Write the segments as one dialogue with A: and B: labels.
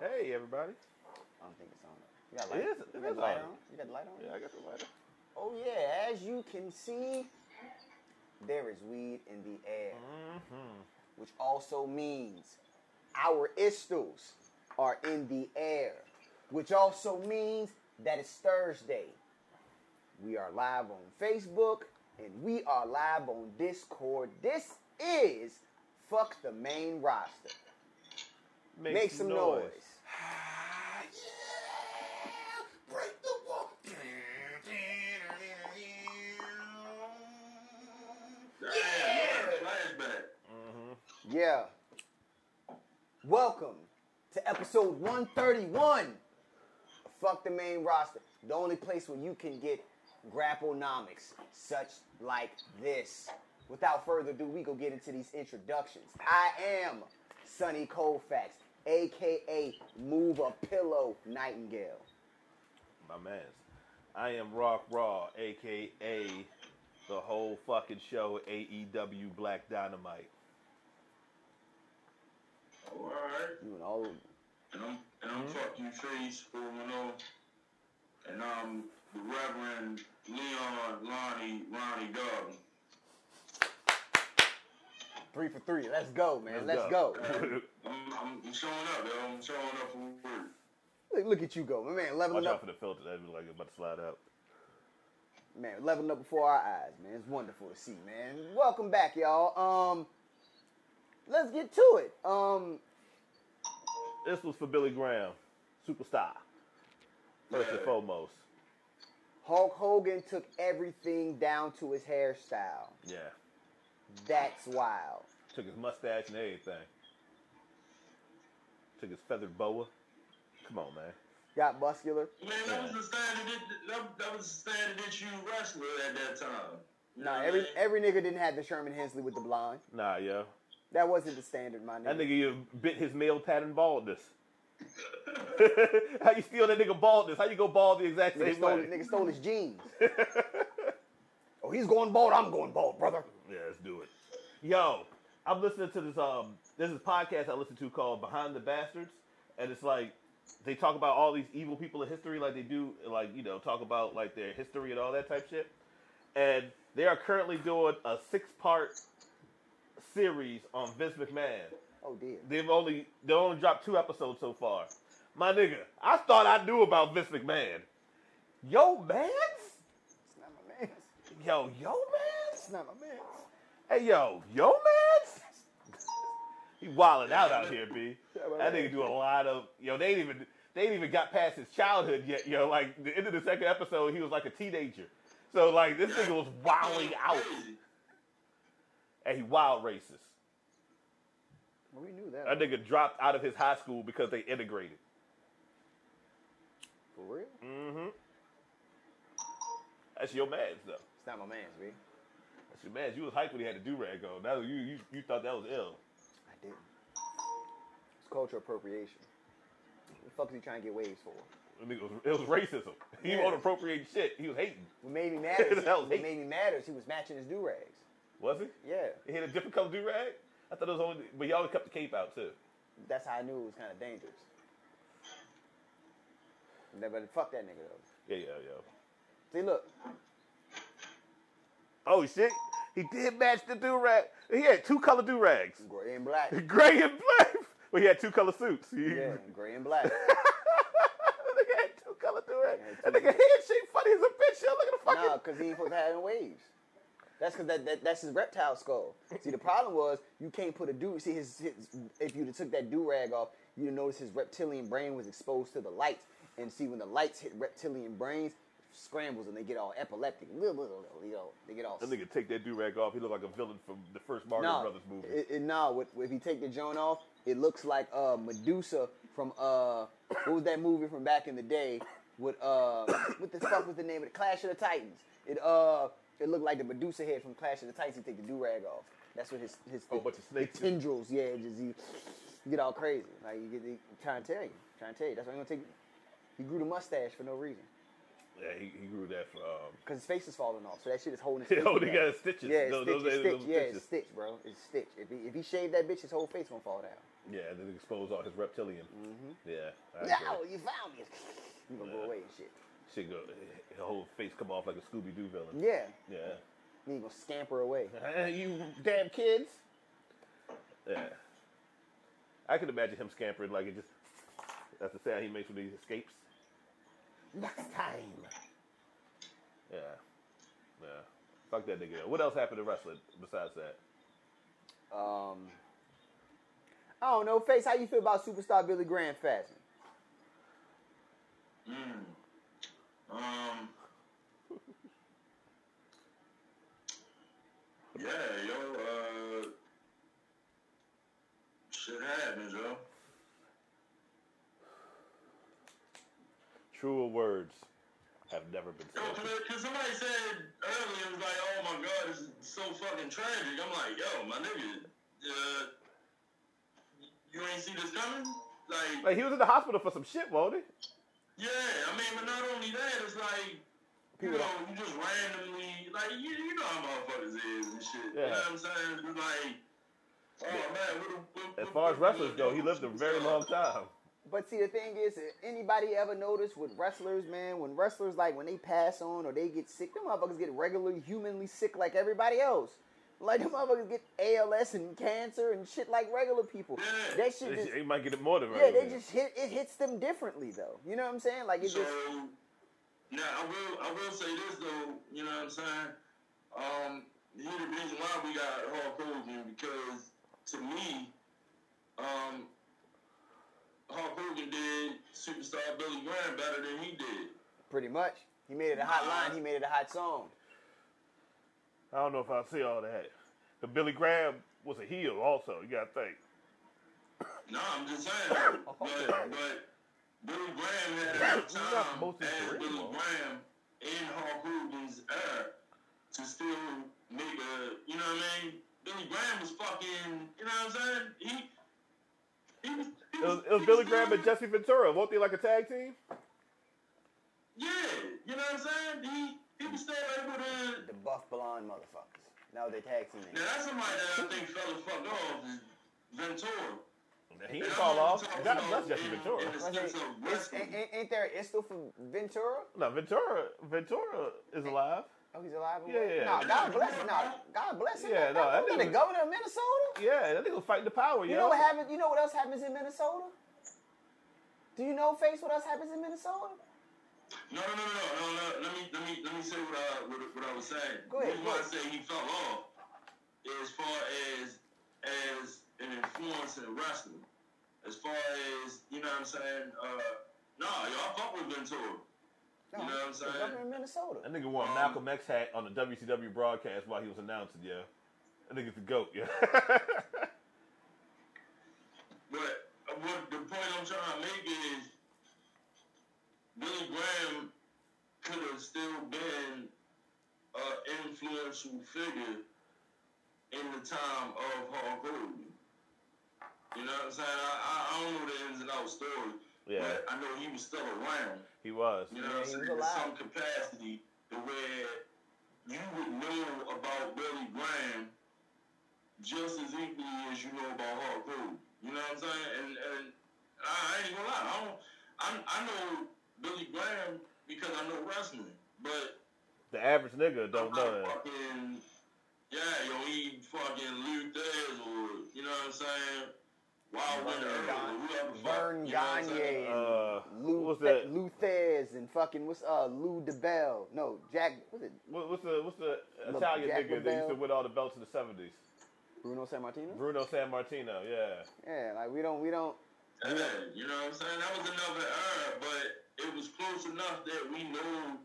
A: Hey, everybody.
B: I don't think it's on. You got
A: It
B: light.
A: is-
B: you
A: it
B: got
A: is
B: light
A: on.
B: on. You got the light on.
A: Yeah, I got the lighter.
B: Oh yeah, as you can see, there is weed in the air,
A: Mm-hmm.
B: which also means our istles are in the air, which also means that it's Thursday. We are live on Facebook and we are live on Discord. This is fuck the main roster.
A: Make,
B: Make some noise.
C: Break the wall.
D: Damn, yeah. flashback.
B: Yeah. Welcome to episode 131 of Fuck the Main Roster, the only place where you can get grapplenomics such like this. Without further ado, we go get into these introductions. I am Sonny Colfax, aka Move a Pillow Nightingale.
A: My man. I am Rock Raw, aka the whole fucking show AEW Black Dynamite.
D: All right.
B: You and all of them.
D: And I'm, and I'm fucking face for Mano. And I'm the Reverend Leon Lonnie Ronnie Garden.
B: Three for three. Let's go, man. Let's, go.
D: I'm, I'm, I'm showing up, yo. I'm showing up for work.
B: Look, look at you go, my man. Leveling
A: Watch out
B: up,
A: for the filter. That'd be like about to slide up.
B: man, leveling up before our eyes, man. It's wonderful to see, man. Welcome back, y'all. Um, let's get to it. Um,
A: This was for Billy Graham, superstar. First and
D: Yeah.
A: foremost.
B: Hulk Hogan took everything down to his hairstyle.
A: Yeah.
B: That's wild.
A: Took his mustache and everything. Took his feathered boa. Come on, man.
B: Got muscular.
D: Man, that was the standard. That, that, that was the standard that you wrestler at that time. You know
B: Nah,
D: what I
B: every
D: mean?
B: every nigga didn't have the Sherman Hensley with the blonde.
A: Nah, yo.
B: That wasn't the standard, my
A: That
B: nigga.
A: nigga you bit his male pattern baldness. How you steal that nigga baldness? How you go bald the exact
B: Nigga
A: same
B: stole,
A: way?
B: nigga stole his jeans. oh, he's going bald. I'm going bald, brother.
A: Yeah, let's do it. Yo, I'm listening to this um this is podcast I listen to called Behind the Bastards, and it's like they talk about all these evil people in history, like they do, like you know, talk about like their history and all that type shit. And they are currently doing a six part series on Vince McMahon.
B: Oh dear.
A: They've only they only dropped two episodes so far. My nigga, I thought I knew about Vince McMahon. Yo man's?
B: It's not my man.
A: Yo, yo man's?
B: It's not my man.
A: Hey yo, yo man's? He wilding out out here, B. That nigga do a lot of yo. They ain't even they ain't even got past his childhood yet. Yo, like the end of the second episode, he was like a teenager. So like this nigga was wilding out,
D: Crazy.
A: and he wild racist.
B: Well, we knew that.
A: That nigga dropped out of his high school because they integrated.
B: For real? It's
A: Mm-hmm. That's your man's though.
B: not my man's, B.
A: That's your man's. You was hyped when he had the do rag on. That was, you, you you thought that was ill.
B: I didn't. It's cultural appropriation. What the fuck is he trying to get waves for?
A: That nigga was- It was racism. He
B: Yeah.
A: won't appropriate shit. He was hating.
B: What made me mad is
A: That was
B: what
A: hate.
B: made me mad is he was matching his do rags.
A: Was he?
B: Yeah,
A: He had a different color do rag. I thought it was only, but y'all kept the cape out too.
B: that's how I knew it was kind of dangerous. Yeah, But fuck that nigga though.
A: Yeah, yeah, yeah.
B: See, look,
A: Oh shit, he did match the do rag. He had two color do rags,
B: gray and black.
A: gray and black. Well, he had two color suits. He-
B: Yeah, gray and black.
A: That nigga had two color do rag.
B: Yeah,
A: That
B: two-
A: nigga head shape funny as a bitch. Yo, look at the fucking.
B: nah, cause he ain't supposed to have any waves. That's cause that, that that's his reptile skull. See, the problem was you can't put a do. See, his, his if you took that do rag off, you'd notice his reptilian brain was exposed to the lights. And see, when the lights hit reptilian brains, scrambles and they get all epileptic. You know, they get all.
A: That nigga take that do rag off. He looked like a villain from the first Mario
B: Nah,
A: Brothers movie.
B: It, it, nah, with- if you take the joint off, it looks like uh, Medusa from uh, what was that movie from back in the day? With uh, what the fuck was the name of the Clash of the Titans? It uh, it looked like the Medusa head from Clash of the Titans. He take the do rag off. That's what his his
A: Whole bunch of snakes.
B: tendrils. Yeah, it just you, you get all crazy. Like you get he trying to tell you, trying to tell you. That's why he gonna take. He grew the mustache for no reason
A: yeah, he, he grew that for. Um,
B: because his face is falling off. So that shit is holding.
A: He
B: His face
A: only
B: back.
A: got stitches.
B: Yeah, it's
A: Those-
B: stitch,
A: those-
B: it's stitch.
A: those
B: Yeah, it's
A: stitches.
B: stitch, bro. It's stitch. If he, if he shaved that bitch, his whole face gonna fall down.
A: Yeah, and then expose all his reptilian.
B: Mm-hmm.
A: Yeah. I
B: No,
A: agree.
B: you found me. You gonna go
A: Yeah.
B: away and shit.
A: Shit go, his whole face come off like a Scooby Doo villain.
B: Yeah.
A: Yeah.
B: Then you gonna scamper away.
A: you damn kids. Yeah. I could imagine him scampering like it just. That's the sound he makes when he escapes. Next time. Yeah. Yeah. Fuck that nigga. What else happened to wrestling besides that?
B: Um, I don't know, Face. How you feel about superstar Billy Graham fasting?
D: Mm. Um. Yeah, yo. Uh, shit happens, yo.
A: Truer words have never been
D: Yo,
A: spoken.
D: because somebody said earlier, it was like, oh my god, this is so fucking tragic. I'm like, yo, my nigga, uh, you ain't see this coming? Like,
A: Like he was in the hospital for some shit, wasn't he?
D: yeah, I mean, but not only that, it's like, you
A: People
D: know, you just randomly, like, you, you know how motherfuckers is and shit.
A: Yeah.
D: You know what I'm saying? It's like, oh man, what, the- what,
A: As
D: what-
A: far as
D: what-
A: wrestlers go, he lived a very long time.
B: But see, the thing is, if anybody ever noticed with wrestlers, man, when wrestlers like when they pass on or they get sick, them motherfuckers get regular humanly sick like everybody else. Like them motherfuckers get ALS and cancer and shit like regular people.
D: Yeah.
B: That shit just
A: He might get it more than
B: yeah,
A: regular.
B: they just hit it hits them differently though. You know what I'm saying? Like it
D: So
B: just
D: now I will I will say this though, you know what I'm saying? Um, you the reason why we got Hulk Hogan because to me, um, Hulk Hogan did superstar Billy Graham better than he did.
B: pretty much. He made it a hot line. He made it a hot song.
A: I don't know if I'll see all that. But Billy Graham was a heel, also. You gotta think.
D: No, I'm just saying.
A: Oh,
D: but, but Billy Graham had a
A: He's not
D: time
A: most
D: as
A: inspirational.
D: Billy Graham in Hulk Hogan's era to still make a, you know what I mean? Billy Graham was fucking, you know what I'm saying? He, he was, he
A: It was, it was Billy Graham and
D: doing-
A: Jesse Ventura. Won't they like a tag team?
D: Yeah, you know what I'm saying? He, he was still able to.
B: The buff blonde motherfuckers. Now they tag team.
D: Now
B: name.
D: that's somebody that I think fell the fuck off is Ventura.
A: He
D: And
A: didn't
D: I'm
A: fall
D: only
A: off.
D: talking
A: God
D: about
A: bless Jesse
D: in-
A: Ventura.
D: in the
B: Like,
D: sense of
B: it's-
D: wrestling.
B: ain't, ain't- ain't there an insta for Ventura?
A: No, Ventura. Ventura is alive.
B: Oh, he's alive. and
A: Yeah,
B: well?
A: yeah.
B: No, God bless him. No, God bless him.
A: Yeah,
B: Yeah,
A: no,
B: no,
A: that
B: the
A: nigga-
B: governor of Minnesota.
A: Yeah, that nigga was fighting the power.
B: You know what happens? You know what else happens in Minnesota? Do you know, face, what else happens in Minnesota?
D: No, no, no, no, no, no. no. Let me, let me, let me say what I, what, what I was saying.
B: Go ahead,
D: You
B: go
D: want to
B: ahead.
D: say he fell off as far as as an influence in wrestling. As far as you know, what I'm saying, uh, no, y'all fuck with Ventura.
B: No,
D: You know what I'm
B: the
D: saying?
B: governor of Minnesota.
A: That nigga wore a Malcolm X hat on the WCW broadcast while he was announcing. Yeah, that nigga's the goat. Yeah.
D: But uh, what the point I'm trying to make is Billy Graham could have still been an influential figure in the time of Hulk Hogan. You know what I'm saying? I, I, I don't know the ins and outs story,
A: yeah,
D: but I know he was still around.
A: he was.
D: You know
B: Yeah,
D: what I'm
B: he
D: saying?
B: was
D: In
B: alive.
D: some capacity to where you would know about Billy Graham just as equally as you know about Hulk Hogan. You know what I'm saying? And and I, I ain't gonna lie, I don't I, I know Billy Graham because I know wrestling. But
A: The average nigga don't
D: I'm
A: know
D: not
A: that.
D: fucking yeah, yo, he fucking Lou Thayers or you know what I'm saying? Wild
B: Vern Gagne.
D: Winter Earl or whoever the fuck,
B: Vern
D: you know what I'm
B: Gagne.
D: saying?
A: Uh,
B: Lou,
A: what was
B: Th-
A: that?
B: Lou Thez and fucking what's uh Lou DeBell? No, Jack. What's it?
A: What, what's the what's the
B: Le-
A: Italian
B: Jack
A: nigga that used to
B: LaBelle.
A: win all the belts in the seventies?
B: Bruno San Martino?
A: Bruno San Martino. Yeah.
B: yeah, like we don't, we don't.
D: Yeah, you know what I'm saying? That was another era, but it was close enough that we knew.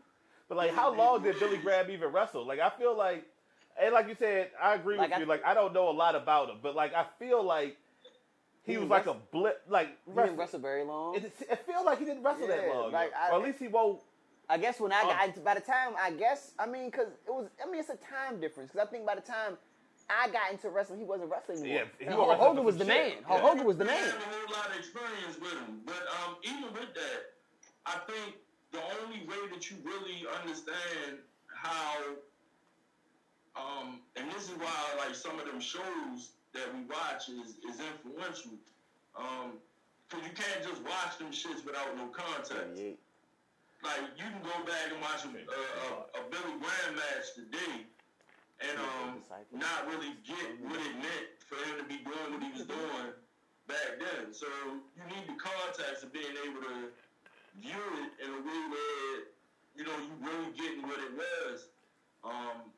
A: But like, how long did Billy Graham even wrestle? Like, I feel like, and like you said, I agree
B: Like,
A: with
B: I-
A: you. Like, I don't know a lot about him, but like, I feel like he,
B: He
A: was
B: didn't
A: like a
B: wrestle-
A: blip. Like,
B: We
A: wrestle.
B: didn't wrestle very long.
A: It, it feels like he didn't wrestle that
B: Yeah,
A: long,
B: like,
A: yeah.
B: I-
A: or at least he won't.
B: I guess when I
A: Oh.
B: got, I- by the time I guess I mean because it was I mean it's a time difference because I think by the time I got into wrestling he wasn't wrestling anymore.
A: Yeah, he wasn't
B: And Hulk
A: wrestling
B: Hogan
A: for
B: was the
A: some
B: man.
A: shit.
B: Hulk
A: Yeah.
B: Hogan was the
D: I
B: man.
D: have a whole lot of experience with him, but um, even with that, I think the only way that you really understand how, um, and this is why like some of them shows that we watch is, is influential Um, cause you can't just watch them shits without no context.
B: 88.
D: Like you can go back and watch a, a, a, a Billy Graham match today, and um, not really get what it meant for him to be doing what he was doing back then. So you need the context of being able to view it in a way where you know you really getting what it was. Um,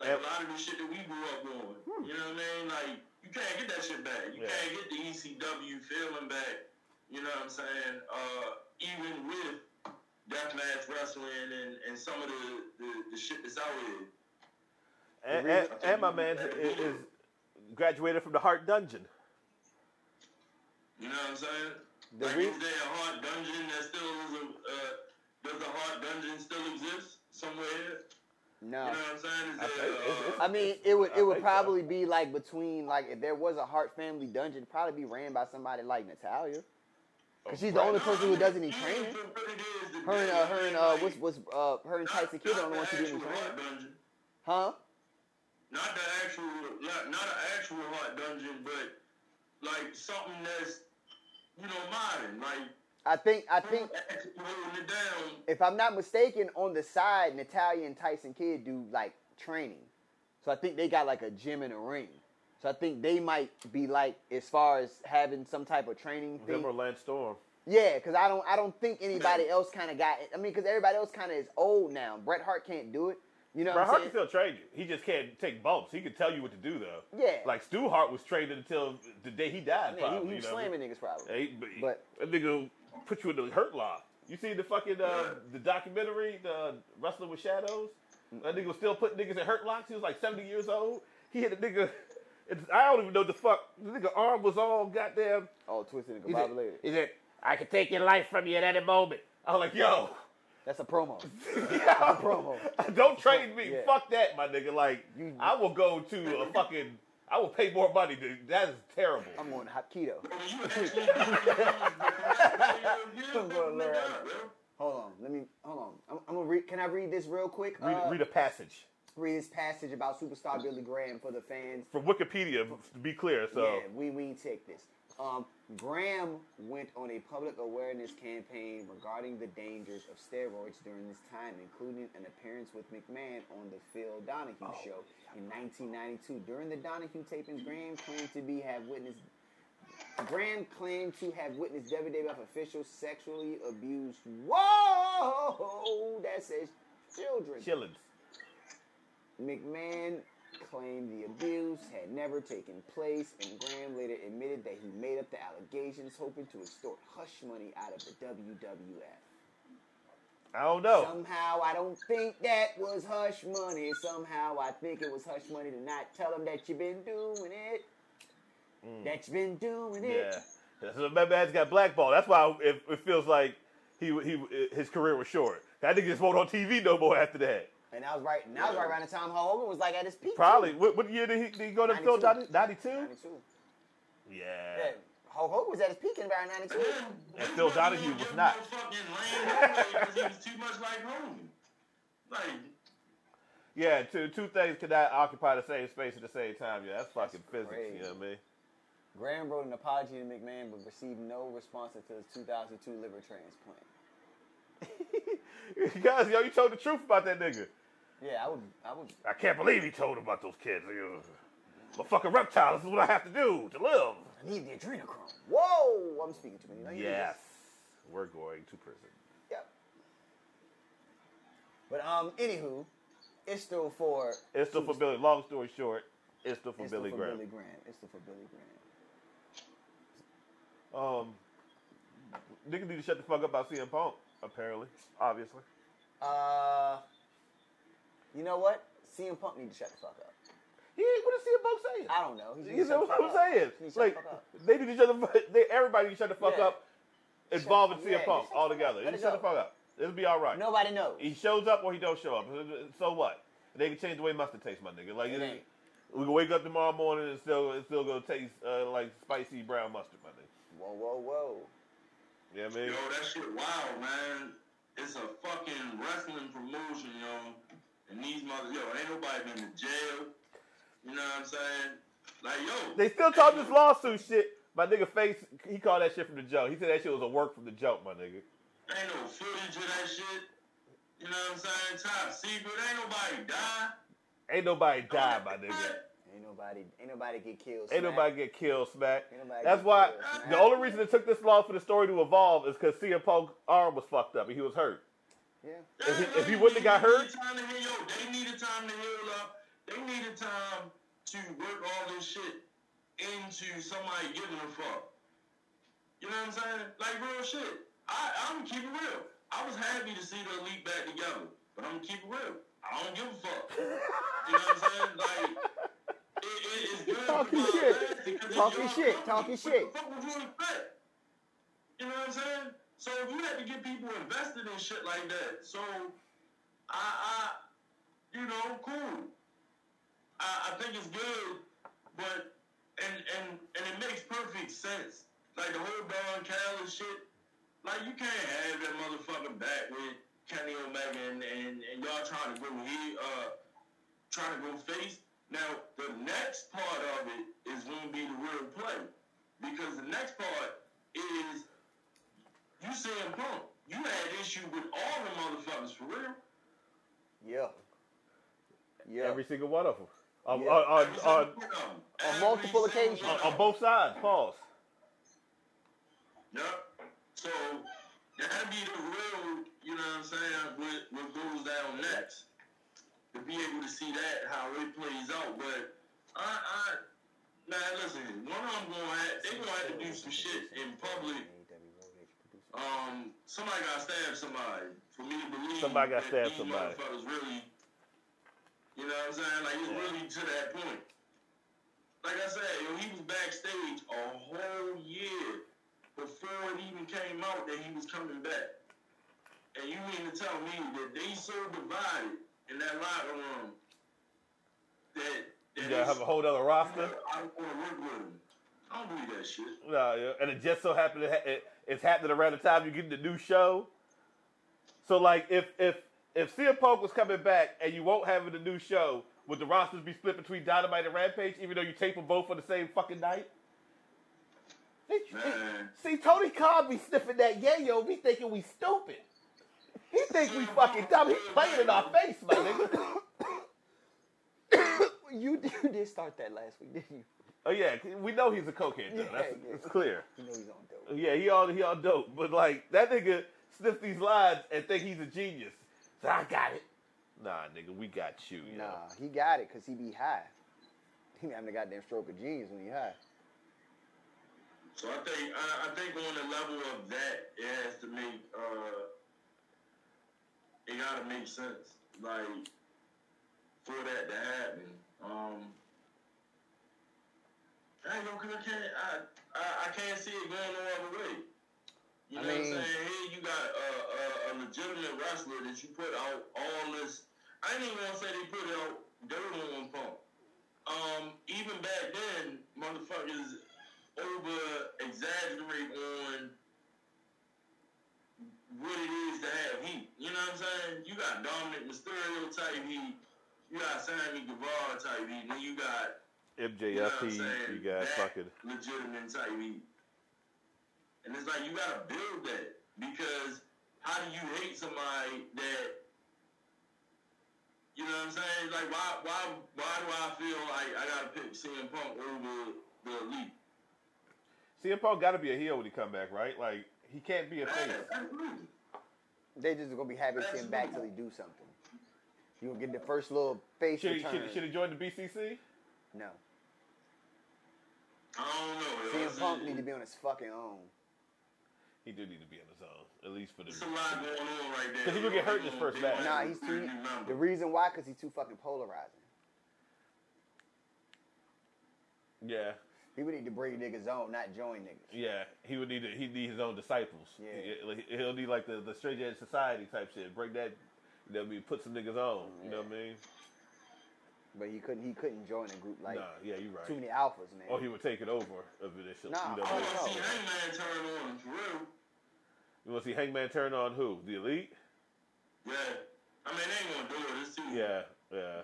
D: like
A: Yep. Hmm.
D: a lot of the shit that we grew up on, you know what I mean? Like you can't get that shit back. You
A: Yeah.
D: can't get the ECW feeling back. You know what I'm saying? Uh, even with deathmatch wrestling and, and some of the, the, the shit that's out here.
A: And, and, and my man is, is graduated from the Heart Dungeon.
D: You know what I'm saying?
B: The
D: like,
B: re-
D: is there a hard dungeon that still is a, uh, does the hard dungeon still exist somewhere?
B: No.
D: You know what I'm saying?
A: I
D: Is there,
A: think it's- it's-
D: uh,
B: I mean, it would
A: I
B: it would
A: think
B: probably be like between like if there was a Hart family dungeon, it'd probably be ran by somebody like Natalia,
A: Oh,
B: because she's the only person who doesn't need training. Her and uh, her and uh, what's what's uh, her and Tyson Kidd are the only ones who do any training,
D: Dungeon.
B: huh?
D: not the actual, not, not an actual hot dungeon, but like something that's you know modern, like
B: I think I think
D: actually holding it down.
B: if I'm not mistaken, on the side, Natalia and Tyson Kidd do like training, so I think they got like a gym and a ring. So I think they might be like as far as having some type of training thing.
A: Them or Lance Storm.
B: Yeah, because I don't I don't think anybody else kind of got. it. I mean, because everybody else kind of is old now. Bret Hart can't do it. You know
A: Bret
B: what
A: Hart
B: I'm
A: can
B: saying?
A: still train you. He just can't take bumps. He can tell you what to do though.
B: Yeah.
A: Like Stu Hart was trained until the day he died.
B: yeah,
A: probably,
B: he, he
A: you
B: was
A: know?
B: slamming niggas probably.
A: Hey, but
B: But-
A: that nigga will put you in the hurt lock. You see the fucking uh, the documentary, the Wrestling with Shadows. That nigga was still putting niggas in hurt locks. He was like seventy years old. He hit a nigga. It's, I don't even know the fuck. The nigga arm was all goddamn.
B: Oh, twisted and
A: He said,
B: combobulated.
A: he said, "I can take your life from you at any moment." I was like, "Yo,
B: That's a promo.
A: yo
B: promo.
A: don't trade me.
B: Yeah.
A: Fuck that, my nigga. Like,
B: You-
A: I will go to a fucking. I will pay more money. To, that is terrible.
B: I'm on hot keto.
D: I mean, you actually, you
B: I'm gonna learn.
D: up, bro.
B: Hold on, let me hold on. I'm, I'm gonna read. Can I read this real quick?
A: read,
B: Uh,
A: read a passage.
B: read this passage about superstar Billy Graham for the fans.
A: from Wikipedia, to be clear. So
B: Yeah, we we take this. Um, Graham went on a public awareness campaign regarding the dangers of steroids during this time, including an appearance with McMahon on the Phil Donahue show in 1992. During the Donahue tapings, Graham claimed to be have witnessed. Graham claimed to have witnessed WWF officials sexually abused. Whoa, that says children.
A: chillin'.
B: McMahon claimed the abuse had never taken place, and Graham later admitted that he made up the allegations, hoping to extort hush money out of the WWF.
A: I don't know.
B: Somehow, I don't think that was hush money. Somehow, I think it was hush money to not tell him that you've been doing it. That you've been doing
A: yeah,
B: it.
A: so that man's got blackball. That's why it, it feels like he he his career was short. That nigga just won't on TV no more after that.
B: And I was right. And I was right around the time Hulk Hogan was like at his peak.
A: Probably. What, what year did he, did he go to Phil?
B: 92.
A: Ninety two.
B: Ninety-two.
A: Yeah.
B: Yeah, Hulk Hogan was at his peak in about ninety-two.
A: And Phil Donahue was not.
D: Because he was too much like Hogan. Like,
A: Yeah. Two two things cannot occupy the same space at the same time. Yeah, that's fucking physics.
B: crazy.
A: You know what I mean?
B: Graham wrote an apology to McMahon but received no response until his 2002 liver transplant.
A: Guys, yo, you told the truth about that nigga.
B: Yeah, I would, I would,
A: I can't believe he told about those kids. Ugh. I'm a fucking reptile. This is what I have to do to live.
B: I need the adrenochrome. Whoa, I'm speaking too many languages.
A: Yes, we're going to prison.
B: Yep. But um, anywho, it's still for
A: It's still for Billy. Long story short, it's still for
B: it's still
A: Billy
B: for
A: Graham.
B: Billy Graham. It's still for Billy Graham.
A: Um, niggas need to shut the fuck up about CM Punk. Apparently, obviously,
B: Uh, you know what? CM Punk need to shut the fuck up.
A: he ain't what is CM Punk saying?
B: I don't know. He just need
A: You
B: to
A: know
B: shut the
A: what I'm
B: fuck up.
A: saying?
B: He need to shut
A: Like
B: the fuck up.
A: they need to shut the fuck. They, everybody need to shut the fuck
B: Yeah.
A: up. Involving
B: yeah,
A: CM
B: just
A: Punk
B: shut the fuck
A: altogether.
B: up.
A: You
B: Let it
A: shut the
B: go.
A: fuck up. It'll be all right.
B: Nobody knows.
A: He shows up or he don't show up. So what? They can change the way mustard tastes, my nigga. Like it-
B: It ain't.
A: we can wake up tomorrow morning and it's still it's still gonna taste uh, like spicy brown mustard, my nigga.
B: Whoa, whoa, whoa.
A: Yeah, I
D: yo,
A: mean,
D: that shit wild, man. It's a fucking wrestling promotion, yo. And these mothers, yo, ain't nobody been to jail. You know what I'm saying? Like, yo.
A: they still talk this lawsuit shit, My nigga face, he called that shit from the jump. He said that shit was a work from the jump, my nigga.
D: Ain't no footage of that shit. You know what I'm saying? Top secret. Ain't nobody die.
A: Ain't nobody died, my nigga.
B: Ain't nobody, ain't nobody get killed.
A: Ain't
B: Smack.
A: nobody get killed, Smack.
B: Ain't nobody
A: That's
B: get
A: why
B: killed, Smack.
A: the only reason it took this long for the story to evolve is because CM Punk's arm was fucked up and he was hurt.
B: Yeah.
A: If he- if he wouldn't have got
D: They
A: hurt-
D: needed time to heal. They needed time to heal up. They needed time to work all this shit into somebody giving a fuck. You know what I'm saying? Like real shit. I I'm keep it real. I was happy to see the elite back together, but I'm gonna keep it real. I don't give a fuck. you know what I'm saying? Like. It, it, it's good for
B: Talking
D: my
B: shit.
D: last because it's
B: Talking
D: your
B: shit. Talking
D: company. What the
B: shit.
D: fuck would you expect? You know what I'm saying? So if you had to get people invested in shit like that, so I, I you know, cool. I, I think it's good, but and and and it makes perfect sense. Like the whole Don Callis shit, like you can't have that motherfucker back with Kenny Omega and, and, and y'all trying to go he uh trying to go face. Now the next part of it is gonna be the real play. Because the next part is you saying punk. You had issue with all the motherfuckers for real.
B: Yeah. Yeah.
A: Every single one of them. On,
B: Yeah.
A: on,
D: Every
A: on,
D: single one of 'em.
B: on
D: Every
B: multiple
D: single
B: occasions.
D: one of
A: on,
D: 'em.
A: on both sides. Pause.
D: Yep. So that'll be the real, you know what I'm saying, what, what goes down next. To be able to see that, how it plays out. But I, I man, listen, one of them gonna have, they gonna have to do some shit in public. Um, somebody got stabbed somebody. For me to believe
A: Somebody got
D: that
A: stabbed
D: these
A: somebody.
D: motherfuckers really, you know what I'm saying? Like it's
A: Yeah.
D: really to that point. Like I said, yo, he was backstage a whole year before it even came out that he was coming back. And you mean to tell me that they so divided in that locker room that that
A: You gotta have a whole other roster.
D: I don't want to work with him. I don't believe that shit.
A: No, yeah. and it just so happened it, ha- it, it's happening around the time you get the new show. So like if if if CM Punk was coming back and you won't have it a new show, would the rosters be split between Dynamite and Rampage, even though you tape them both on the same fucking night? They- they-
D: Man.
A: See, Tony Khan be sniffing that yayo, be thinking we stupid. He think we fucking dumb. He playing in our face, my nigga.
B: You, you did start that last week, didn't you?
A: Oh yeah, we know he's a cokehead though. That's,
B: Yeah, yeah.
A: It's clear.
B: You know he's on dope.
A: Yeah, he all he all dope, but like that nigga sniff these lines and think he's a genius. So I got it. Nah, nigga, we got you. yo.
B: Nah, he got it because he be high. He be having a goddamn stroke of genius when he high.
D: So I think I, I think on the level of that, it has to make uh, it gotta make sense. Like for that to happen, um, I ain't gonna- 'cause I can't I, I I can't see it going no other way. You
B: I
D: know what I'm
B: mean-
D: saying? Here you got a, a, a legitimate wrestler that you put out all this. I ain't even gonna say they put out dirt on Punk. Um, even back then, motherfuckers over exaggerate on what it is to have heat. You know what I'm saying? You got Dominic Mysterio type heat. You got Sammy Guevara type heat. And then you got you know what I'm
A: MJFT,
D: saying?
A: you got
D: That
A: fucking.
D: legitimate type heat. And it's like you gotta build that because how do you hate somebody that you know what I'm saying? Like why why why do I feel like I gotta pick CM Punk over the elite?
A: CM Punk got to be a heel when he come back, right? Like he can't be a face.
D: Absolutely.
B: They just gonna be happy to see him back till he do something. You gonna get the first little face
A: Should he,
B: return.
A: should, he- should he join the BCC?
B: No,
D: I don't know. yo.
B: CM
D: It's-
B: Punk need to be on his fucking own.
A: He do need to be on his own, at least for the.
D: It's a lot going on right there.
A: 'Cause he gonna get hurt in his first
D: They
A: match.
D: might
B: Nah,
D: be
B: he's
D: pretty
B: too.
D: member.
B: The reason why, cause he's too fucking polarizing.
A: Yeah,
B: He would need to bring niggas on, not join niggas.
A: yeah. He would need to, he need his own disciples.
B: Yeah.
A: He- like, he'll need like the the straight edge society type shit. Break that. You know, what I mean, put some niggas on. You know what I mean?
B: But he couldn't. He couldn't join a group like
A: nah, yeah, you right.
B: too many alphas, man.
A: Or he would take it over eventually.
B: Nah,
A: you, know, what I
D: I
A: mean?
D: want to
B: Oh,
D: see
B: no.
D: Hangman turn on for real.
A: you want to see Hangman turn on who? The Elite?
D: Yeah. I mean, they ain't gonna do it. It's too.
A: Yeah, yeah.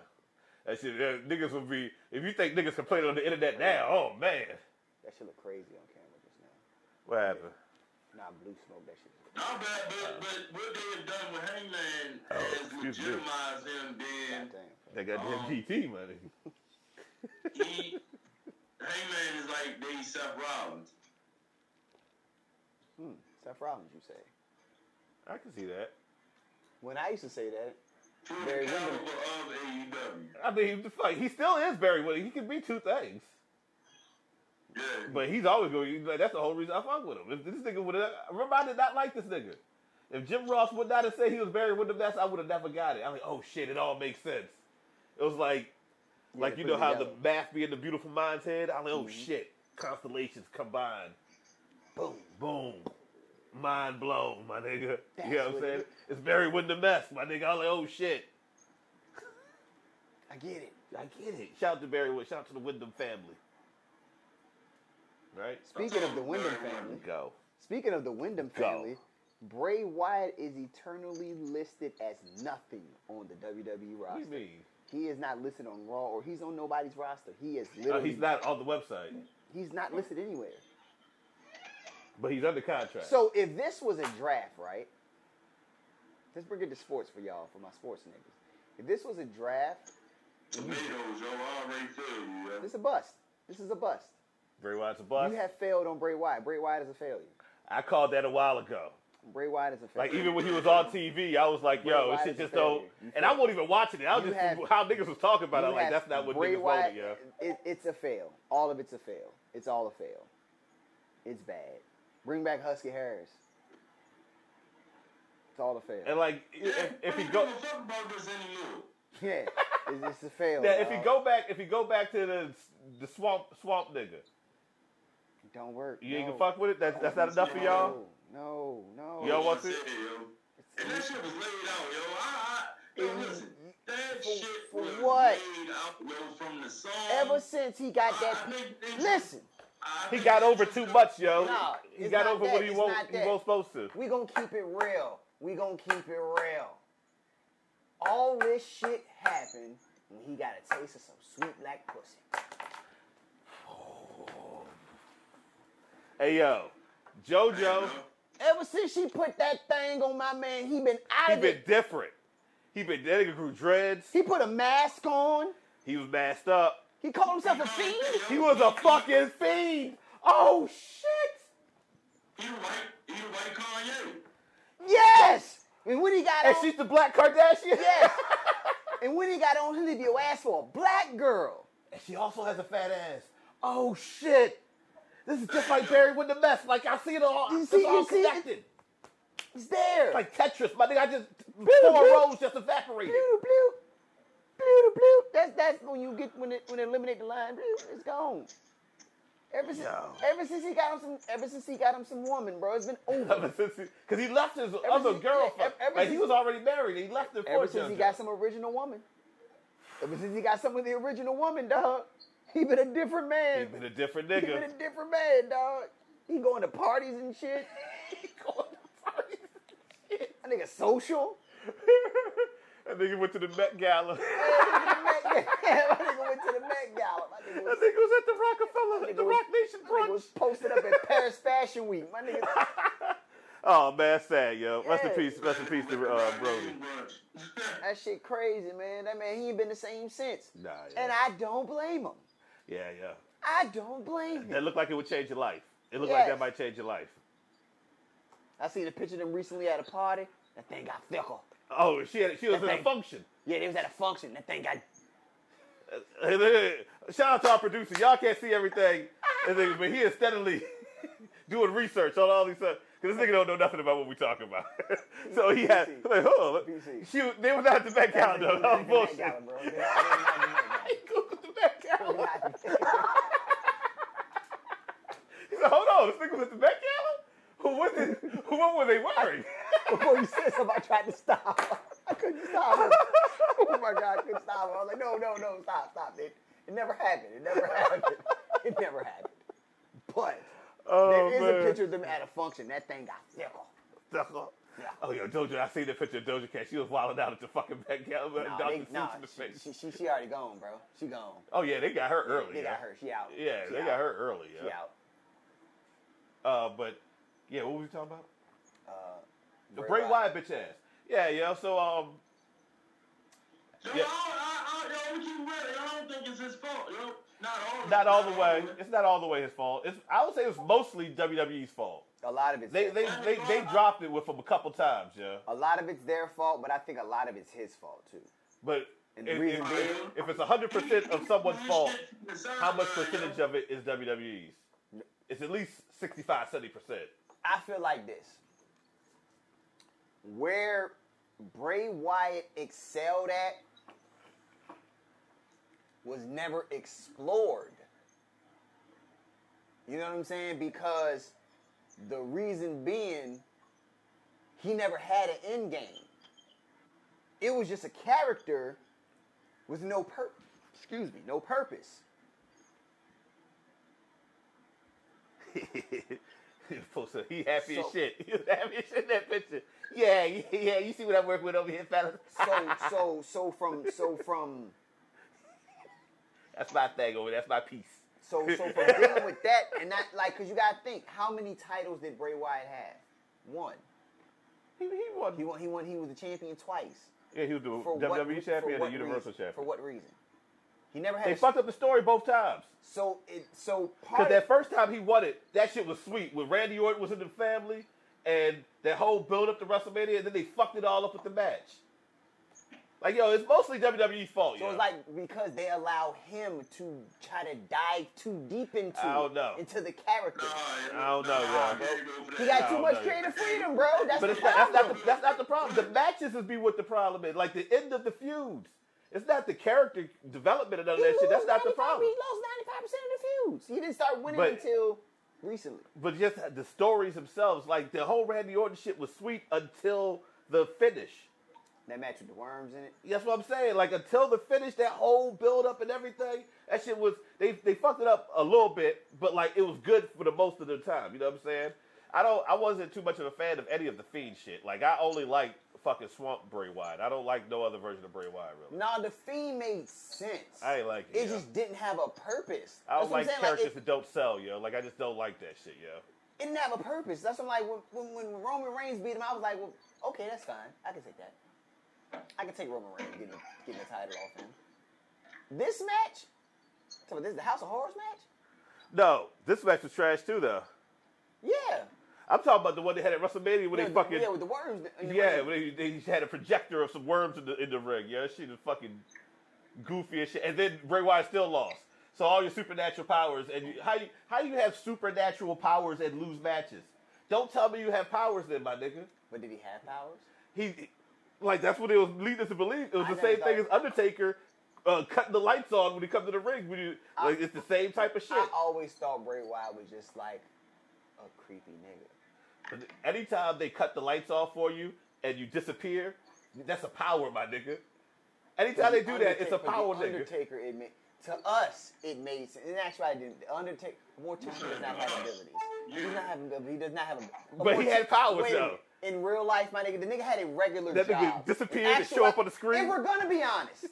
A: That shit, yeah, niggas would be. If you think niggas complain on the internet now, oh man,
B: That should look crazy on camera.
A: What happened?
B: Nah, blue smoke that shit.
D: Now, but, but, but what they have done with Hangman
A: Oh,
D: has
A: excuse me.
D: legitimized him being
B: Goddamn.
A: They got
D: Um,
A: the PT money.
D: he Hangman is like they Seth Rollins.
B: Hmm. Seth Rollins, you say?
A: I can see that.
B: When I used to say that,
D: True the
B: Barry
D: caliber
B: Windham.
D: of E AEW.
A: I mean, the fuck, he still is Barry Windham. He can be two things,
D: Yeah.
A: but he's always going. Like, that's the whole reason I fuck with him. If this nigga would have, remember, I did not like this nigga. If Jim Ross would not have said he was Barry Windham, that's I would have never got it. I'm like, oh shit, it all makes sense. It was like, like
B: they
A: you
B: put
A: know
B: it
A: how the
B: together. Mm-hmm.
A: math be in the beautiful mind's head. I'm like, oh shit, constellations combined,
B: boom.
A: boom, mind blown, my nigga.
B: That's
A: you know what I'm
B: what
A: saying?
B: it-
A: It's Barry Windham mess, my nigga. I'm like, oh shit.
B: I get it.
A: I get it. Shout out to Barry Wood. Shout out to the Wyndham family. Right?
B: Speaking of the Wyndham family,
A: Go.
B: speaking of the Wyndham
A: Go.
B: family, Bray Wyatt is eternally listed as nothing on the WWE
A: What do you
B: roster.
A: mean?
B: He is not listed on Raw or he's on nobody's roster. He is
A: Oh,
B: literally
A: he's not on the website,
B: he's not listed anywhere.
A: but he's under contract.
B: So if this was a draft, right? Let's bring it to sports for y'all, for my sports niggas. If this was a draft,
D: Tomatoes, yo, I already feel you, yo.
B: this is a bust. This is a bust.
A: Bray Wyatt's a boss.
B: You have failed on Bray Wyatt. Bray Wyatt is a failure.
A: I called that a while ago.
B: Bray Wyatt is a failure.
A: Like even when he was on TV, I was like,
B: Bray
A: "Yo, this
B: Wyatt
A: shit
B: is a
A: just don't."
B: failure. You
A: And I
B: failed.
A: wasn't even watching it. I was
B: You
A: just
B: have-
A: how niggas was talking about it. I'm
B: You
A: like,
B: have
A: "That's not what
B: Bray
A: niggas
B: Wyatt-
A: wanted, yo."
B: It, it's a fail. All of it's a fail. It's all a fail. It's bad. Bring back Husky Harris. It's all a fail.
A: And like, if, if he go,
D: Don't give a fuck about this anymore.
B: yeah, it's, it's a fail.
A: yeah, if he
B: dog.
A: go back, if he go back to the the swamp swamp nigga,
B: don't work.
A: you ain't
B: no.
A: gonna fuck with it. That's that's not enough for y'all.
B: No, no.
A: Y'all want
D: Yeah,
A: it?
D: yo. And that
B: It's-
D: shit was laid out, yo. I, I yo,
A: Mm-hmm.
B: It-
D: listen. That
B: for-
D: shit
B: for
D: was
B: what?
D: laid out, yo, from the song.
B: Ever since he got
D: I- I
B: that,
D: think they-
B: listen,
D: I
A: He
D: think
A: got
D: they
A: over
D: just
A: too
D: took-
A: much, yo.
B: No,
A: he
B: it's
A: got
B: not
A: over
B: that,
A: what he
B: it's
A: won't
B: not
A: he
B: that.
A: won't supposed to.
B: we gonna keep it real. We gonna keep it real. All this shit happened when he got a taste of some sweet black pussy.
A: Hey yo, JoJo,
B: Ever since she put that thing on my man, he been out
A: he
B: of
A: been
B: it.
A: different. He been that nigga grew dreads.
B: He put a mask on.
A: He was masked up.
B: He called himself a fiend.
A: He was a fucking fiend. Oh shit!
D: He the white, he the white Kanye.
B: Yes. And when he got
A: And
B: on,
A: she's the Black Kardashian.
B: yes. and when he got on, he leave your ass for a black girl.
A: And she also has a fat ass. Oh shit! This is just like Barry with the mess. Like I see it all.
B: You
A: it's
B: see-
A: all
B: you see it?
A: connected.
B: He's there.
A: It's like Tetris. My nigga, I just four
B: Blue-
A: rows just evaporated.
B: blue blue, blue blue. That's that's when you get when it when it eliminate the line. Blue, it's gone. Ever since,
A: Yo.
B: ever since he got him some, ever since he got him some woman, bro, it's been over.
A: Ever since he, cause he left his other
B: since-
A: girl.
B: yeah,
A: for-
B: ever- ever
A: like he
B: since-
A: was already married. and He left it
B: Ever
A: for
B: since he
A: JoJo.
B: got some original woman. Ever since he got some of the original woman, dog. He been a different man.
A: He been a different
B: He been
A: nigga.
B: a different man, dog. He going to parties and shit. That nigga social.
A: That nigga went to the Met Gala.
B: That nigga went to the Met Gala. My nigga
A: That
B: was,
A: nigga was at the Rockefeller, the
B: was-
A: Rock Nation
B: that nigga
A: brunch.
B: was posted up at Paris Fashion Week. My nigga,
A: Oh man, that's sad, yo. Rest in
B: Yeah.
A: peace, rest in peace to uh, Brody.
B: that shit crazy, man. That man, he ain't been the same since.
A: Nah, yeah,
B: And I don't blame him.
A: yeah, yeah.
B: I don't blame
A: That
B: him.
A: looked like it would change your life. It looked like
B: Yes.
A: that might change your life.
B: I seen a picture of them recently at a party. That thing got fickle.
A: Oh, she had, she was in a
B: thing-
A: function.
B: Yeah, they was at a function. That thing got
A: Shout out to our producer. Y'all can't see everything, This nigga, but he is steadily doing research on all these stuff. Cause this nigga don't know nothing about what we talking about. so he had like, oh,
B: BC.
A: she, they was not at the back
B: That
A: calendar. That was
B: nigga was
A: bullshit.
B: at the Met Gala,
A: He Googled the back
B: bro.
A: calendar.
B: That nigga was at the Met Gala.
A: He said, hold on, this nigga was at the back calendar. What did, what were they wearing?
B: Before you said something, I tried to stop. him. I couldn't stop him. Oh my God, I couldn't stop him. I was like, no, no, no, stop, stop. It, it never happened. It never happened. It never happened. But
A: Oh,
B: there is
A: man.
B: a picture of them at a function. That thing got fickle. Yeah.
A: Oh yo, Doja, I seen the picture of Doja Cat. She was wilding out at the fucking back calendar.
B: Nah,
A: Dr.
B: they,
A: Seuss
B: nah
A: in the
B: she,
A: face.
B: she, she, she already gone, bro. She gone.
A: Oh yeah, they got her early.
B: They
A: yeah.
B: got her. She out.
A: Yeah,
B: She
A: they
B: out.
A: got her early.
B: She out.
A: Uh, but yeah, what were we talking about?
B: Uh,
A: The Bray Wyatt bitch ass. Yeah, yo. So um,
D: Yo,
A: Yeah.
D: I, don't- I, I, yo, we keep real. Yo, I don't think it's his fault. Yo, not all.
A: not all the way.
D: of it.
A: It's not all the way his fault. It's I would say it's mostly WWE's fault.
B: a lot of it's
A: They
B: their
A: they
B: fault.
A: they, they dropped it with him a couple times, yeah.
B: a lot of it's their fault, but I think a lot of it's his fault too.
A: But
B: And the
A: if,
B: reason
A: if,
D: being-
A: if it's hundred percent of someone's
D: This
A: fault,
D: shit from the
A: how much
D: sideline,
A: percentage
D: yo.
A: of it is WWE's? It's at least 65, 70 percent.
B: I feel like this. Where Bray Wyatt excelled at was never explored. You know what I'm saying? Because the reason being, he never had an end game. It was just a character with no pur- excuse me, no purpose.
A: he happy as
B: So-
A: shit. He was happy as shit in that picture. Yeah, yeah, yeah. You see what I'm working with over here, fellas.
B: So so so from so from
A: That's my thing over there. That's my piece.
B: So, so for dealing with that and not like, cause you gotta think, how many titles did Bray Wyatt have? One.
A: He, he won.
B: He won. He won. He was the champion twice.
A: yeah, he was the
B: For
A: WWE
B: what re- for
A: E champion and
B: what
A: the Universal
B: reason?
A: champion.
B: For what reason? He never had.
A: They
B: a-
A: fucked up the story both times.
B: So it. So
A: Because
B: part.
A: that
B: Of,
A: first time he won it, that shit was sweet. When Randy Orton was in the family and that whole build up to WrestleMania, and then they fucked it all up with the match. Like, yo, it's mostly WWE's fault.
B: so
A: yo.
B: it's like because they allow him to try to dive too deep into.
A: I don't know.
B: Into the character.
D: Nah,
A: I don't know,
D: nah,
A: bro.
D: I can't go for
B: He
D: that.
A: I
B: got
A: don't
B: too much
A: know.
B: creative freedom, bro. That's
A: but
B: the
A: it's not, that's, not
B: problem.
A: the, that's not the problem. The matches is be what the problem is. Like the end of the feuds. It's not the character development of none of
B: He
A: that shit. That's not
B: lost
A: the
B: 95
A: problem.
B: He lost ninety-five percent of the feuds. He didn't start winning
A: But-
B: until recently.
A: But just the stories themselves. Like the whole Randy Orton shit was sweet until the finish.
B: That match with the worms in it.
A: That's what I'm saying. Like until the finish, that whole build up and everything, that shit was they they fucked it up a little bit, but like it was good for the most of the time. You know what I'm saying? I don't. I wasn't too much of a fan of any of the Fiend shit. Like I only like fucking Swamp Bray Wyatt. I don't like no other version of Bray Wyatt really.
B: Nah, the fiend made sense.
A: I ain't like it.
B: It
A: yo.
B: just didn't have a purpose.
A: I don't
B: That's what I'm
A: like
B: saying.
A: characters
B: Like, it,
A: that don't sell, yo. Like I just don't like that shit, yo.
B: it didn't have a purpose. That's what I'm like. When, when, when Roman Reigns beat him, I was like, well, okay, that's fine. I can take that. I can take Roman Reigns getting, getting the title off him. This match? So this is the House of Horrors match?
A: No, this match was trash too, though.
B: Yeah.
A: I'm talking about the one they had at WrestleMania when
B: yeah,
A: they
B: with-
A: fucking
B: yeah, with the worms. in the
A: Yeah,
B: ring.
A: but they, they had a projector of some worms in the in the ring. Yeah, that shit is fucking goofy as shit. And then Bray Wyatt still lost. So all your supernatural powers and you, how you how you have supernatural powers and lose matches? Don't tell me you have powers then, my nigga.
B: But did he have powers?
A: He like that's what it was leading us to believe. It was
B: I
A: the
B: never
A: same thing as
B: thought-
A: Undertaker uh, cutting the lights on when he comes to the ring. When you
B: I-
A: like it's the same type of shit.
B: I always thought Bray Wyatt was just like a creepy nigga.
A: But Anytime they cut the lights off for you and you disappear, that's a power, my nigga. Anytime they do that, it's a
B: Undertaker-
A: power,
B: the
A: nigga.
B: Undertaker, it made, to us, it made sense. And that's why I didn't. The Undertaker, Mortician does not have abilities. He does not have abilities. He does not have. A,
A: But he had powers,
B: Wait a
A: though.
B: minute. In real life, my nigga, the nigga had a regular
A: That
B: job.
A: nigga disappeared and show up on the screen?
B: And we're gonna be honest.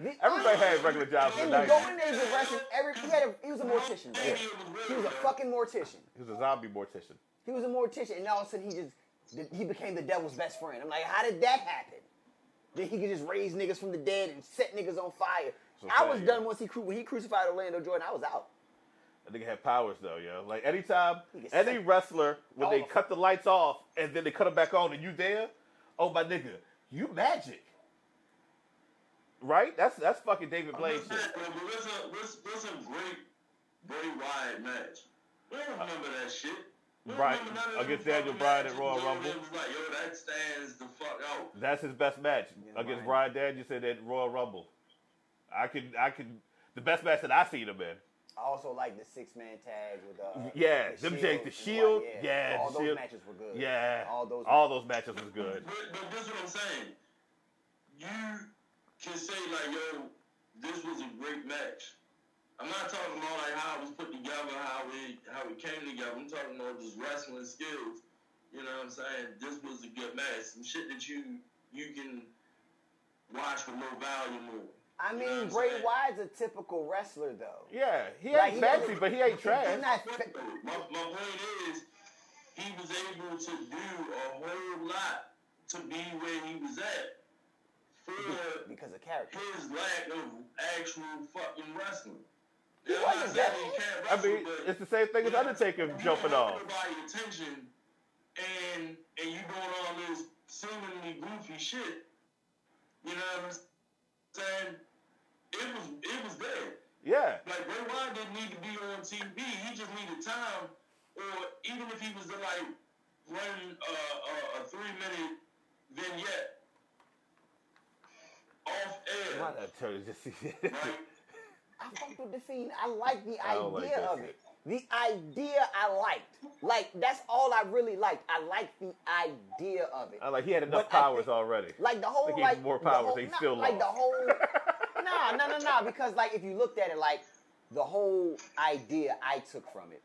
B: The
A: Everybody
B: honest-
A: had regular jobs in
B: in
A: the
B: the
A: 90s.
B: golden age of wrestling, every he had a, he was a mortician.
D: Yeah.
B: He was a fucking mortician.
A: He was a zombie mortician.
B: He was a mortician, and all of a sudden he just he became the devil's best friend. I'm like, how did that happen? That he could just raise niggas from the dead and set niggas on fire.
A: So
B: I was
A: sad,
B: done
A: yeah.
B: once he cru- when he crucified Orlando Jordan. I was out.
A: That nigga had powers though, yo. Like anytime,
B: He can
A: any
B: suck-
A: wrestler when
B: All
A: they
B: of 'em.
A: cut the lights off and then they cut them back on, and you there? Oh my nigga, you magic, right? That's that's fucking David Blaine
D: What's
A: shit.
D: that, bro? But What's a, what's, what's a great Bray Wyatt match? We don't remember that shit. We don't
A: Right,
D: remember none of
A: against
D: them
A: Daniel
D: fucking
A: Bryan at
D: matches.
A: Royal
D: Yo,
A: Rumble.
D: it was like, yo, that stands the fuck out.
A: That's his best match
B: Yeah,
A: against Brian
B: Bryan.
A: Danielson at Royal Rumble. I can I can the best match that I seen him in.
B: I also like the six man tag with uh
A: Yeah, them Jake the
B: and
A: Shield.
B: Wyatt.
A: Yeah,
B: all
A: the
B: those
A: Shield.
B: matches were good.
A: Yeah,
B: all those
A: all those matches was good.
D: But, but this is what I'm saying. You can say like, yo, this was a great match. I'm not talking about like how it was put together, how it how it came together. I'm talking about just wrestling skills. You know what I'm saying? This was a good match. Some shit that you you can watch with no volume on.
B: I
D: You know what
B: mean,
D: I'm
B: Bray
D: saying?
B: Wyatt's a typical wrestler, though.
A: Yeah, he ain't
B: Like, he
A: fancy,
B: doesn't-
A: but he ain't trash.
B: He's not.
D: But
B: Fa-
D: My, my point is, he was able to do a whole lot to be where he was at for
B: because of character.
D: his lack of actual fucking wrestling.
B: He
D: I'm
B: wasn't
D: not saying
B: that-
D: he can't
A: I
D: wrestle,
A: mean,
D: but
A: it's the same thing as Undertaker
D: you
A: jumping off.
D: have Everybody's attention, and and you doing all this seemingly goofy shit. You know what I'm saying? It was it was there.
A: Yeah,
D: Like Bray Wyatt didn't need to be on TV. He just needed time, or even if he was to like run a, a, a three minute vignette off air,
A: why not turn it just?
D: right?
B: I fucked with the fiend. I like the
A: I
B: idea
A: don't like that
B: of
A: shit.
B: it. The idea I liked. Like that's all I really liked. I liked the idea of it.
A: I like he had enough
B: But I
A: powers
B: think-
A: already.
B: Like the whole
A: Uh, They gave
B: like
A: him more
B: the
A: powers,
B: whole-
A: they
B: nah,
A: still
B: like the
A: lost.
B: whole nah no no no because like if you looked at it like the whole idea I took from it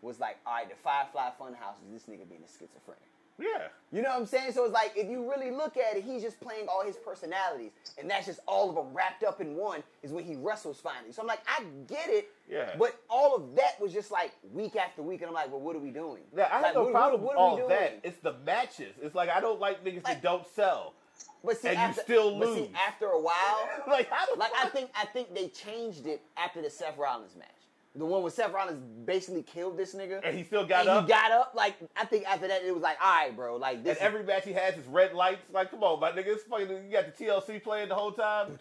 B: was like all right the Firefly Funhouse is this nigga being a schizophrenic.
A: Yeah,
B: You know what I'm saying? So it's like if you really look at it, he's just playing all his personalities, and that's just all of them wrapped up in one. Is when he wrestles finally. So I'm like, I get it.
A: Yeah.
B: But all of that was just like week after week, and I'm like, well, what are we doing?
A: yeah. I have
B: Like,
A: no
B: what- what-
A: problem
B: what
A: with
B: are we
A: all that. It's the matches. It's like I don't like niggas
B: Like-
A: that don't sell.
B: But see,
A: and you
B: after,
A: still
B: but see,
A: lose.
B: after a while,
A: Like how the
B: like I
A: fuck-
B: think I think they changed it after the Seth Rollins match, the one where Seth Rollins basically killed this nigga,
A: And he still got
B: and
A: up?
B: He got up. Like I think after that, it was like, all right, bro, like
A: And
B: this. is-
A: every match he has is red lights. Like, come on, my nigga, it's fucking. You got the TLC playing the whole time.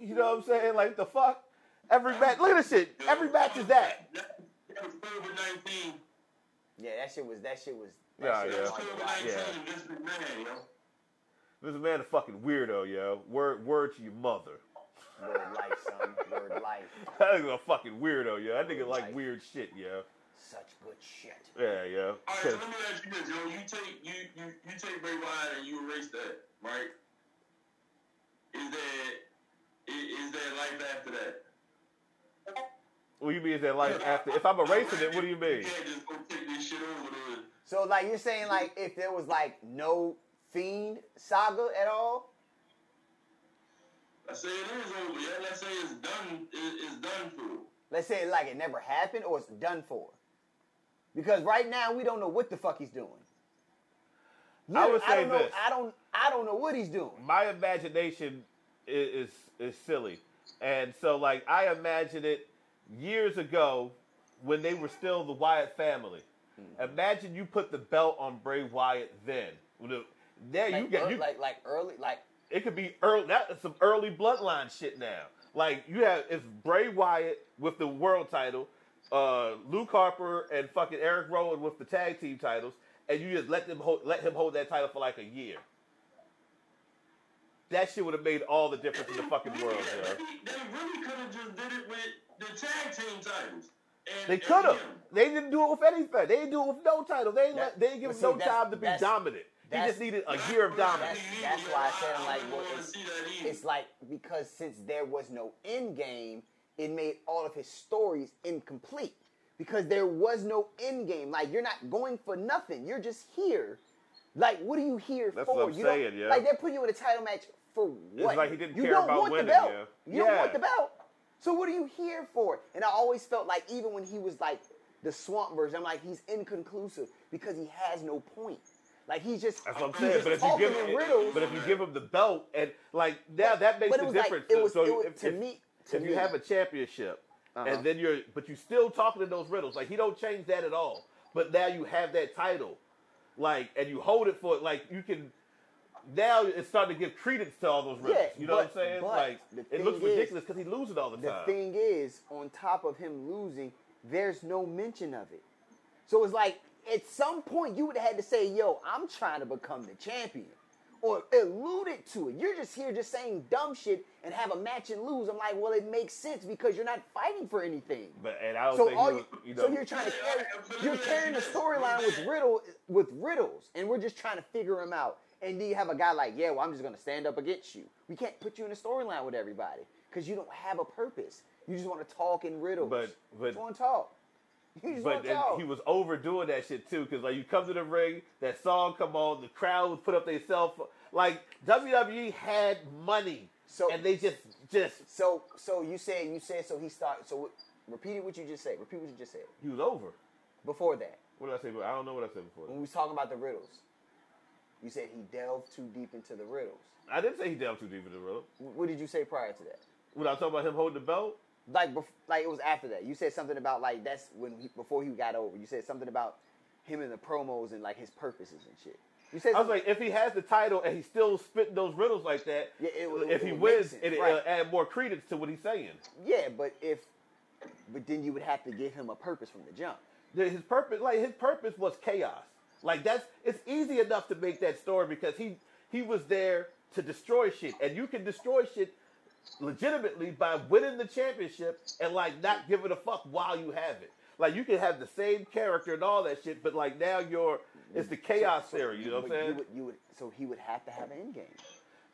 A: You know what I'm saying? Like the fuck. Every match. Look at this shit. Every match is that.
D: That was COVID nineteen.
B: yeah, that shit was that shit was. That
A: Yeah,
B: shit
A: yeah.
B: was
D: That's
B: hard to
D: COVID
B: watch.
D: nineteen.
A: Yeah.
D: This is man, yo.
A: This man a fucking weirdo, yo. Word, word to your mother.
B: Word life, son. Word life.
A: That nigga a fucking weirdo, yo. That nigga
B: Right.
A: like weird shit, yo.
B: Such good shit.
A: Yeah, yo.
D: All right, so let me ask you this, yo. You take you you, you take Bray Wyatt and you erase that, right? Is there i- is there life after that?
A: What do you mean is that life after? If I'm erasing it, what do you mean?
D: You can't just go take this shit over to
B: So like you're saying like if there was like no fiend saga at all,
D: I say it is over. Yeah, let's say it's done. It, it's done for.
B: let's say like it never happened or it's done for. Because right now we don't know what the fuck he's doing.
A: I would
B: I
A: say
B: don't know,
A: this.
B: I don't I don't know what he's doing.
A: my imagination i- is, is is silly, and so like I imagine it years ago when they were still the Wyatt family. Imagine you put the belt on Bray Wyatt then. With the- There
B: Like,
A: you get
B: ear-
A: you,
B: like like early like
A: it could be early. That's some early bloodline shit now. Like you have it's Bray Wyatt with the world title, uh, Luke Harper and fucking Eric Rowan with the tag team titles, and you just let them hold, let him hold that title for like a year. That shit would have made all the difference in the fucking world,
D: Yeah,
A: yo.
D: they, they really could have just did it with the tag team titles. And,
A: They
D: and
A: could have.
D: him.
A: They didn't do it with anything. They didn't do it with no title. They didn't
B: That-
A: let, they didn't give
B: but
A: him
B: see,
A: no
B: that's-
A: time to be
B: that's-
A: dominant. He
B: that's-
A: just needed a year of dominance.
B: That's- that's why I said, I'm like, well,
D: want to
B: it's-
D: see that either.
B: it's like because since there was no end game, it made all of his stories incomplete because there was no end game. Like you're not going for nothing. You're just here. Like what are you here
A: That's
B: for?
A: what I'm
B: you don't-
A: saying, yeah.
B: Like they're putting you in a title match for what?
A: like he didn't
B: you
A: care
B: don't
A: about
B: want
A: winning,
B: the belt.
A: yeah.
B: You don't
A: Yeah.
B: want the belt. So what are you here for? And I always felt like even when he was like the swamp version, I'm like he's inconclusive because he has no point. Like he's just
A: That's what I'm
B: he's
A: saying.
B: just
A: But if you
B: talking
A: give
B: in riddles.
A: but if you give him the belt and like now that makes
B: but it
A: a
B: was like-
A: difference.
B: it was-
A: so
B: it was-
A: if,
B: to
A: if,
B: me- to
A: if
B: me. Uh-huh.
A: you have a championship and then you're but you still talking in those riddles, like he don't change that at all. But now you have that title, like and you hold it for like you can. Now it's starting to give credence to all those riddles.
B: Yeah,
A: you know
B: but-
A: what I'm saying?
B: but
A: Like
B: the
A: it looks
B: thing is-
A: ridiculous because he loses all the
B: The
A: time.
B: thing is, on top of him losing, there's no mention of it. So it's like at some point you would have had to say, "Yo, I'm trying to become the champion," or alluded to it. You're just here just saying dumb shit and have a match and lose. I'm like, well, it makes sense because you're not fighting for anything.
A: but and I don't
B: So
A: think
B: all
A: he
B: you,
A: was, you know.
B: so you're trying to
D: Yeah,
B: carry,
D: yeah, but
B: you're
D: let me
B: carrying the
D: ask you this.
B: storyline with riddle with riddles, and we're just trying to figure them out. And then you have a guy like, yeah, well, I'm just gonna stand up against you. We can't put you in a storyline with everybody because you don't have a purpose. You just want to talk in riddles.
A: But- but-
B: you want to talk. You just want
A: But
B: to
A: and
B: talk.
A: he was overdoing that shit too, because like you come to the ring, that song come on, the crowd would put up their cell phone. Like WWE E had money,
B: So-
A: and they just Just
B: So so you said you said so he started. So repeated what you just said. Repeat what you just said.
A: he was over.
B: Before that,
A: What did I say? before? I don't know what I said before.
B: when we was talking about the riddles, you said he delved too deep into the riddles.
A: I didn't say he delved too deep in the road.
B: Wh- What did you say prior to that?
A: When I was talking about him holding the belt,
B: Like bef- like it was after that. You said something about like that's when he, before he got over. You said something about him and the promos and like his purposes and shit. You said
A: I was like, if he has the title and he's still spitting those riddles like that,
B: Yeah, it would-
A: if
B: it
A: he
B: would make
A: wins,
B: sense,
A: it, will
B: right.
A: add more credence to what he's saying.
B: yeah, but if but then you would have to give him a purpose from the jump.
A: That His purpose, like his purpose, was chaos. Like that's it's easy enough to make that story because he he was there to destroy shit, and you can destroy shit legitimately by winning the championship and like not giving a fuck while you have it. Like you can have the same character and all that shit, but like now you're it's the chaos
B: So-
A: era. You know what I'm
B: but
A: saying?
B: You would, you would, so he would have to have an end game.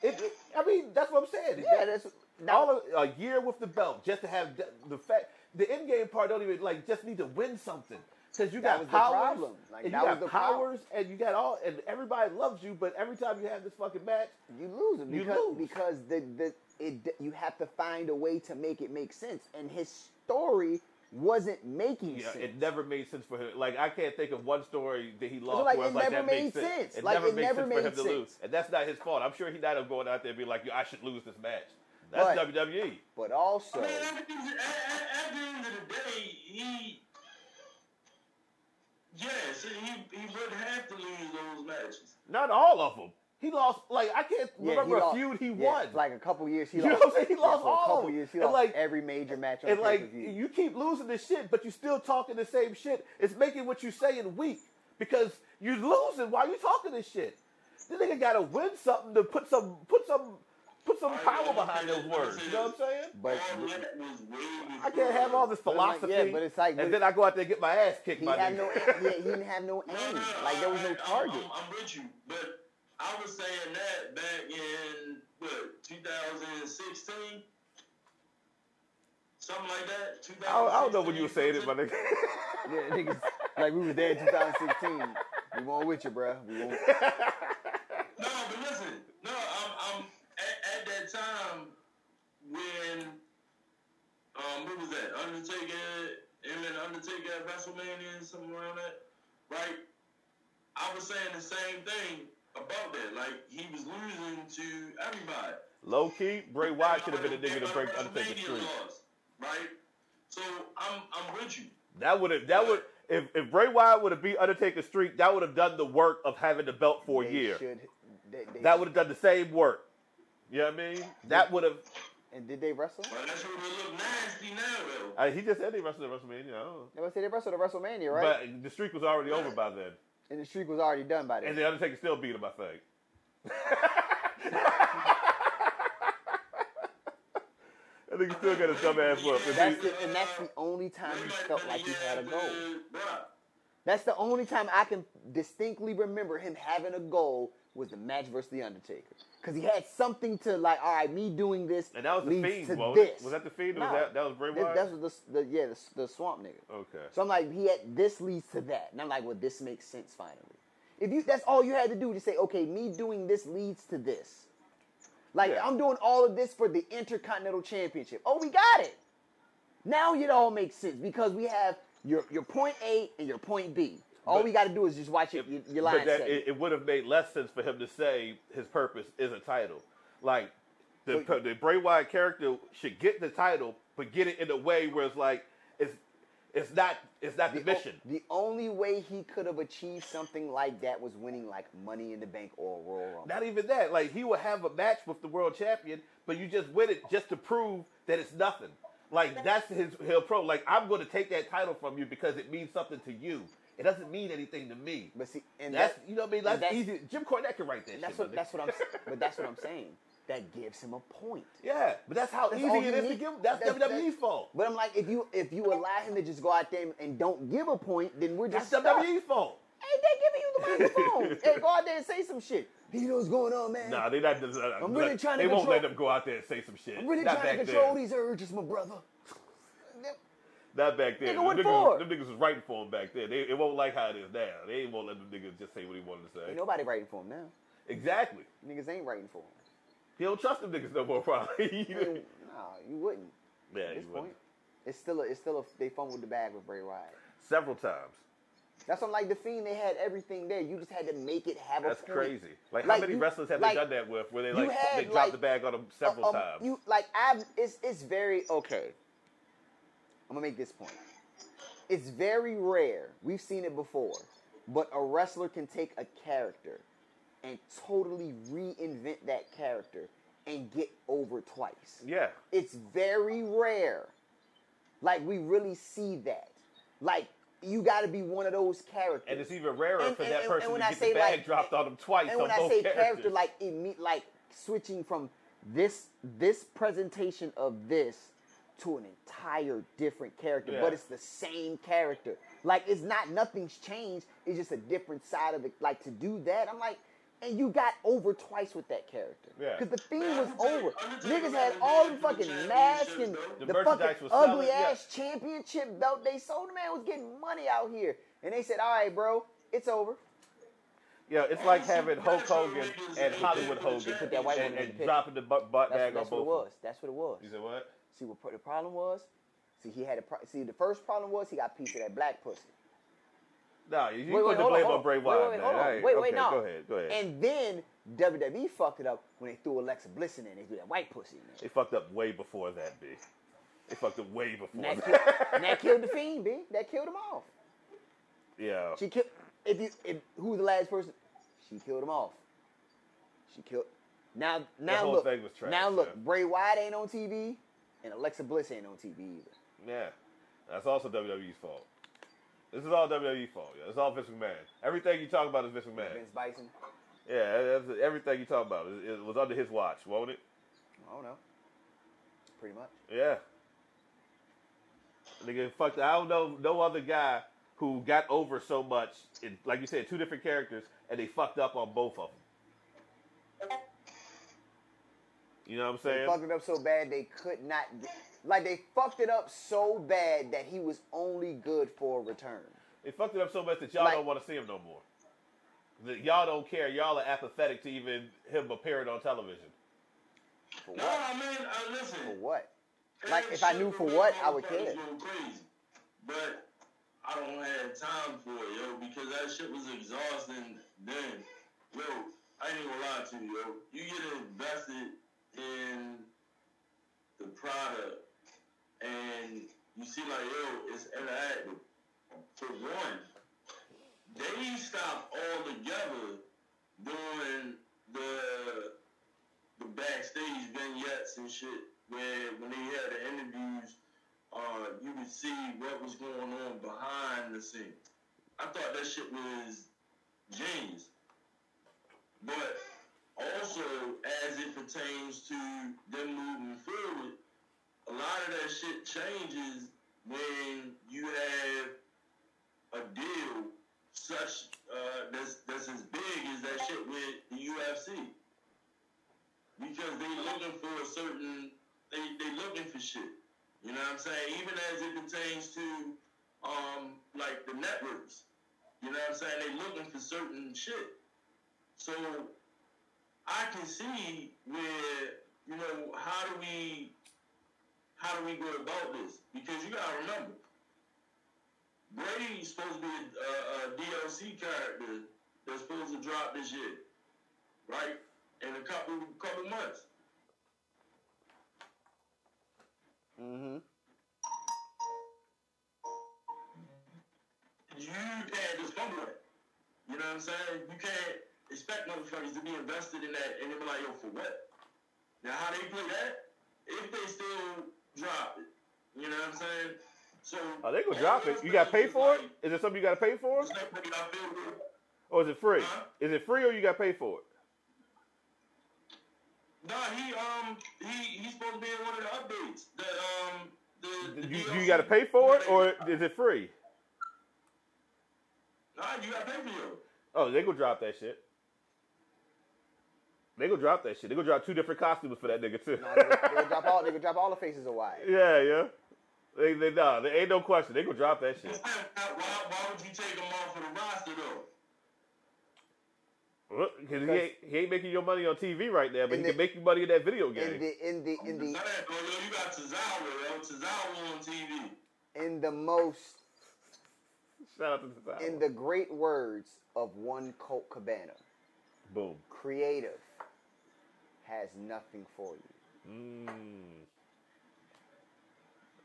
A: It, it- I mean, that's what I'm saying.
B: Yeah, that's that,
A: all of, a year with the belt just to have the, the fact the end game part don't even like just need to win something because you
B: That
A: got
B: was the
A: powers
B: problem. Like,
A: and
B: that
A: you
B: was
A: got
B: the problem.
A: powers and you got all and everybody loves you, but every time you have this fucking match,
B: you lose him
A: You
B: because
A: lose.
B: because the the it you have to find a way to make it make sense, and his story wasn't making
A: yeah,
B: sense.
A: it never made sense for him. Like I can't think of one story that he lost
B: like,
A: where
B: it
A: it's like that
B: never
A: makes
B: made
A: sense.
B: sense. Like, it
A: made
B: never
A: sense
B: made
A: for him to lose,
B: sense.
A: and that's not his fault. I'm sure he not have going out there and be like, "Yo, I should lose this match. That's E.
B: But-
A: WWE.
B: But also,
D: I mean, at the, at, at- e, at the end of the day, he. Yes, he, he would have to lose those matches.
A: Not all of them. He lost. Like I can't
B: yeah, he
A: remember
B: lost-
A: a feud he
B: yeah,
A: won.
B: Like a couple years, he
A: You know
B: lost.
A: what I'm saying? He
B: yeah,
A: lost
B: for a
A: all
B: couple
A: of 'em.
B: years. He
A: And,
B: lost
A: like-
B: every major match on
A: and like
B: pay-per-view.
A: you keep losing this shit, but you still talking the same shit. It's making what you saying weak because you losing while you talking this shit. This nigga gotta win something to put some put some put some power behind those words. You know what I'm saying?
B: But-
D: all that was way
A: I can't have all this
B: But like,
A: philosophy.
B: yeah, but it's like-
A: and then I go out there and get my ass kicked
B: he
A: by
B: had
A: nigga.
B: no, yeah, he didn't have no
D: No,
B: aim.
D: no,
B: Like there was
D: I-
B: no
D: I-
B: target.
D: I'm, I'm with you, but I was saying that back in what 2016, something like that.
A: I don't, I don't know when you were saying it, my nigga.
B: Yeah, niggas, like we was there in 2016. We won't with you, bruh. We won't.
D: No, but listen, no, I'm, I'm at, at that time when um, what was that? Undertaker, him and Undertaker at WrestleMania, something around that, right? I was saying the same thing about that. Like he was losing to everybody.
A: Low key, Bray Wyatt should have been a
D: Everybody-
A: nigga to break
D: everybody
A: Undertaker's
D: WrestleMania
A: streak.
D: lost, right? So I'm I'm with you.
A: That would have that would if, if Bray Wyatt would have beat Undertaker's streak, that would have done the work of having the belt for a
B: They
A: year.
B: should- they- they-
A: That would have done the same work. You know what I mean? That would have.
B: And did they wrestle?
D: But that's what it look nasty now though.
A: I he just said he wrestled at WrestleMania. I don't know.
B: They said they wrestled at WrestleMania, right?
A: But the streak was already over by then,
B: and the streak was already done by
A: and
B: then.
A: the Undertaker still beat him. I think. I think he still got his dumb ass whoop. If he-
B: That's the, and that's the only time he felt like he had a goal. That's the only time I can distinctly remember him having a goal was the match versus the Undertaker, because he had something to like. All right, me doing this
A: and that was the fiend.
B: leads to
A: wasn't it?
B: this.
A: Was that the fiend? Or
B: No.
A: was that that was Bray
B: This-
A: Wyatt?
B: That's what the, the yeah the, the swamp nigga.
A: okay.
B: So I'm like, he had this leads to that, and I'm like, well, this makes sense finally. If you that's all you had to do to say, okay, me doing this leads to this. Like
A: Yeah.
B: I'm doing all of this for the Intercontinental Championship. Oh, we got it. Now it all makes sense because we have your your point A and your point B. All
A: But-
B: we got to do is just watch it, your, your line
A: but that,
B: segment.
A: it, it would have made less sense for him to say his purpose is a title. Like the,
B: But-
A: the Bray Wyatt character should get the title, but get it in a way where it's like it's it's not it's not the,
B: o-
A: mission.
B: the only way he could have achieved something like that was winning like Money in the Bank or a Royal Rumble.
A: Not even that. Like he would have a match with the world champion, but you just win it just to prove that it's nothing. Like that's his he'll pro. Like I'm going to take that title from you because it means something to you. It doesn't mean anything to me.
B: but see, and
A: that's
B: that-
A: you know what I mean.
B: and
A: That's,
B: that's-
A: easy. Jim Cornette can write that.
B: And that's
A: shit,
B: what
A: my nigga.
B: that's what I'm. s- but that's what I'm saying. That gives him a point.
A: Yeah, but that's how
B: That's all
A: easy
B: he
A: it is to
B: need-
A: give. That's,
B: that's-
A: WWE's
B: that-
A: fault.
B: But I'm like, if you if you allow him to just go out there and, and don't give a point, then we're
A: That's E?
B: just stuck.
A: WWE's fault.
B: Hey, they giving you the microphone. hey, go out there and say some shit. He knows what's going on, man.
A: Nah, they not. Just,
B: I'm really trying to
A: They won't
B: control-
A: let them go out there and say some shit.
B: I'm really
A: not
B: trying to
A: back
B: control
A: then.
B: these urges, my brother.
A: Not back then.
B: Nigga, what
A: them,
B: for?
A: niggas, them niggas was writing for him back then. They it won't like how it is now. They ain't won't let them niggas just say what he wanted to say.
B: Ain't nobody writing for him now.
A: Exactly.
B: Niggas ain't writing for him.
A: He don't trust them niggas no more, probably.
B: I mean, nah, you wouldn't.
A: yeah,
B: At
A: he
B: this
A: would.
B: point, it's still a, it's still a, they fumbled the bag with Bray Wyatt.
A: Several times.
B: That's something like the Fiend. They had everything there. You just had to make it have
A: That's
B: a point.
A: crazy. Like, how
B: Like,
A: many
B: you-
A: wrestlers have
B: like,
A: they done that with? Where they
B: you
A: like
B: had,
A: they dropped
B: like,
A: the bag on them several
B: Um,
A: times.
B: You like I've it's it's very okay. I'm gonna make this point. It's very rare. We've seen it before, but a wrestler can take a character and totally reinvent that character and get over twice.
A: yeah,
B: It's very rare. Like we really see that. Like you got to be one of those characters.
A: and it's even rarer
B: And-
A: for
B: and-
A: that
B: and-
A: person
B: and when
A: to
B: I
A: get
B: say,
A: the bag
B: like-
A: dropped on them twice
B: and
A: on
B: when I
A: both
B: say
A: characters.
B: character, like it mean like switching from this this presentation of this to an entire different character,
A: Yeah.
B: but it's the same character. Like it's not nothing's changed. It's just a different side of it. Like to do that, I'm like, and you got over twice with that character.
A: Yeah.
B: Cause the thing
D: Man,
B: was
D: I'm telling-
B: over.
D: I'm telling you,
B: Niggas had
D: man,
B: all the
D: man,
B: fucking
D: the
B: masks and
D: championships,
A: though.
B: the,
A: The
B: fucking
A: merchandise was selling,
B: ugly
A: yeah.
B: ass championship belt they sold. The man was getting money out here, and they said, "All right, bro, it's over."
A: yeah, it's like having Hulk Hogan and Hollywood Hogan
D: Put
B: that white
A: and,
B: woman in the
A: and
B: picture.
A: dropping the butt, butt
B: That's,
A: bag
B: that's
A: on
B: what
A: both.
B: it
A: of
B: was.
A: them.
B: That's what it was.
A: You said what?
B: See what pro- the problem was? See he had a pro- see the first problem was he got a piece of that black pussy.
A: No, you
B: Wait,
A: put
B: wait,
A: the
B: hold on,
A: blame
B: hold
A: on
B: on.
A: Bray
B: Wait,
A: Wyatt,
B: wait,
A: man.
B: hold on.
A: All right,
B: Wait,
A: okay,
B: wait, no.
A: Go ahead, go ahead.
B: And then WWE fucked it up when they threw Alexa Bliss in there and they threw that white pussy in
A: They fucked up way before that, B. They fucked up way before
B: there. And that,
A: that.
B: killed, and that killed the fiend, B. That killed him off.
A: yeah.
B: She killed if you if who was the last person? She killed him off. She killed now now
A: whole
B: look
A: thing was trash,
B: now look
A: yeah.
B: Bray Wyatt ain't on TV and Alexa Bliss ain't on TV either.
A: Yeah. That's also WWE's fault. This is all WWE's fault. Yeah. It's all Vince McMahon. Everything you talk about is Vince McMahon.
B: Vince Bison,
A: Yeah, that's, everything you talk about it, it was under his watch, won't it?
B: I don't know. Pretty much.
A: Yeah. Nigga, fuck. I don't know no other guy who got over so much. In, like you said, two different characters, and they fucked up on both of them. You know what I'm
B: They
A: saying?
B: fucked it up so bad they could not. Like they fucked it up so bad that he was only good for a return.
A: They fucked it up so much that y'all
B: Like-
A: don't want to see him no more. That y'all don't care. Y'all are apathetic to even him appearing on television.
B: For
D: No,
B: what?
D: I mean, uh, listen.
B: For what? Like if I knew for what, I would
D: Everybody
B: care.
D: was going Crazy. But I don't have time for it, yo, because that shit was exhausting then. Yo, I ain't gonna lie to you, yo. You get invested in the product and you see like, yo, it's interactive. For one, they stopped altogether doing the the backstage vignettes and shit where when they had the interviews, uh, you could see what was going on behind the scenes. I thought that shit was genius. But also as it pertains to them moving forward, a lot of that shit changes when you have a deal such uh, that's that's as big as that shit with the UFC because they looking for a certain they they looking for shit. You know what I'm saying? Even as it pertains to um like the networks. You know what I'm saying? They looking for certain shit. So I can see where you know how do we how do we go about this? Because you gotta remember, Brady's supposed to be a, a, a DLC character that's supposed to drop this year, right? In a couple couple months.
B: Mm-hmm.
D: you can't just fumble it. You know what I'm saying? You can't expect motherfuckers to be invested in that and they be like, yo, for what? Now how they play that? If they still drop it. You know what I'm saying? So
A: Are Oh, they gonna drop it? You got to pay for it? Is it something you got to pay for,
D: Respect what y'all feel with.
A: or is it free? Is it free or you got to pay for it?
D: No, he um he he's supposed to be in one of the updates. The um the, the
A: You,
D: DLC.
A: you got to pay for it, or is it free?
D: Nah, you gotta pay for it.
A: Oh, they go drop that shit. They go drop that shit. They go drop two different costumes for that nigga too.
B: Nah, they, could- they could drop all. They could drop all the faces of wide.
A: yeah, yeah. They, they nah, they ain't no question. They go drop that
D: Why,
A: shit.
D: why, why would you take him off of the roster though?
A: Because he ain't, he ain't making your money on TV right now, but
B: In
A: he
B: the-
A: can make you money in that video game.
B: in the in the in the
D: Bad, bro. Yo, you got Tazawa, yo. Tazawa on TV.
B: in the most
A: Shout out to the Tyler.
B: in the great words of one Colt Cabana,
A: Boom.
B: creative has nothing for you.
A: Mm.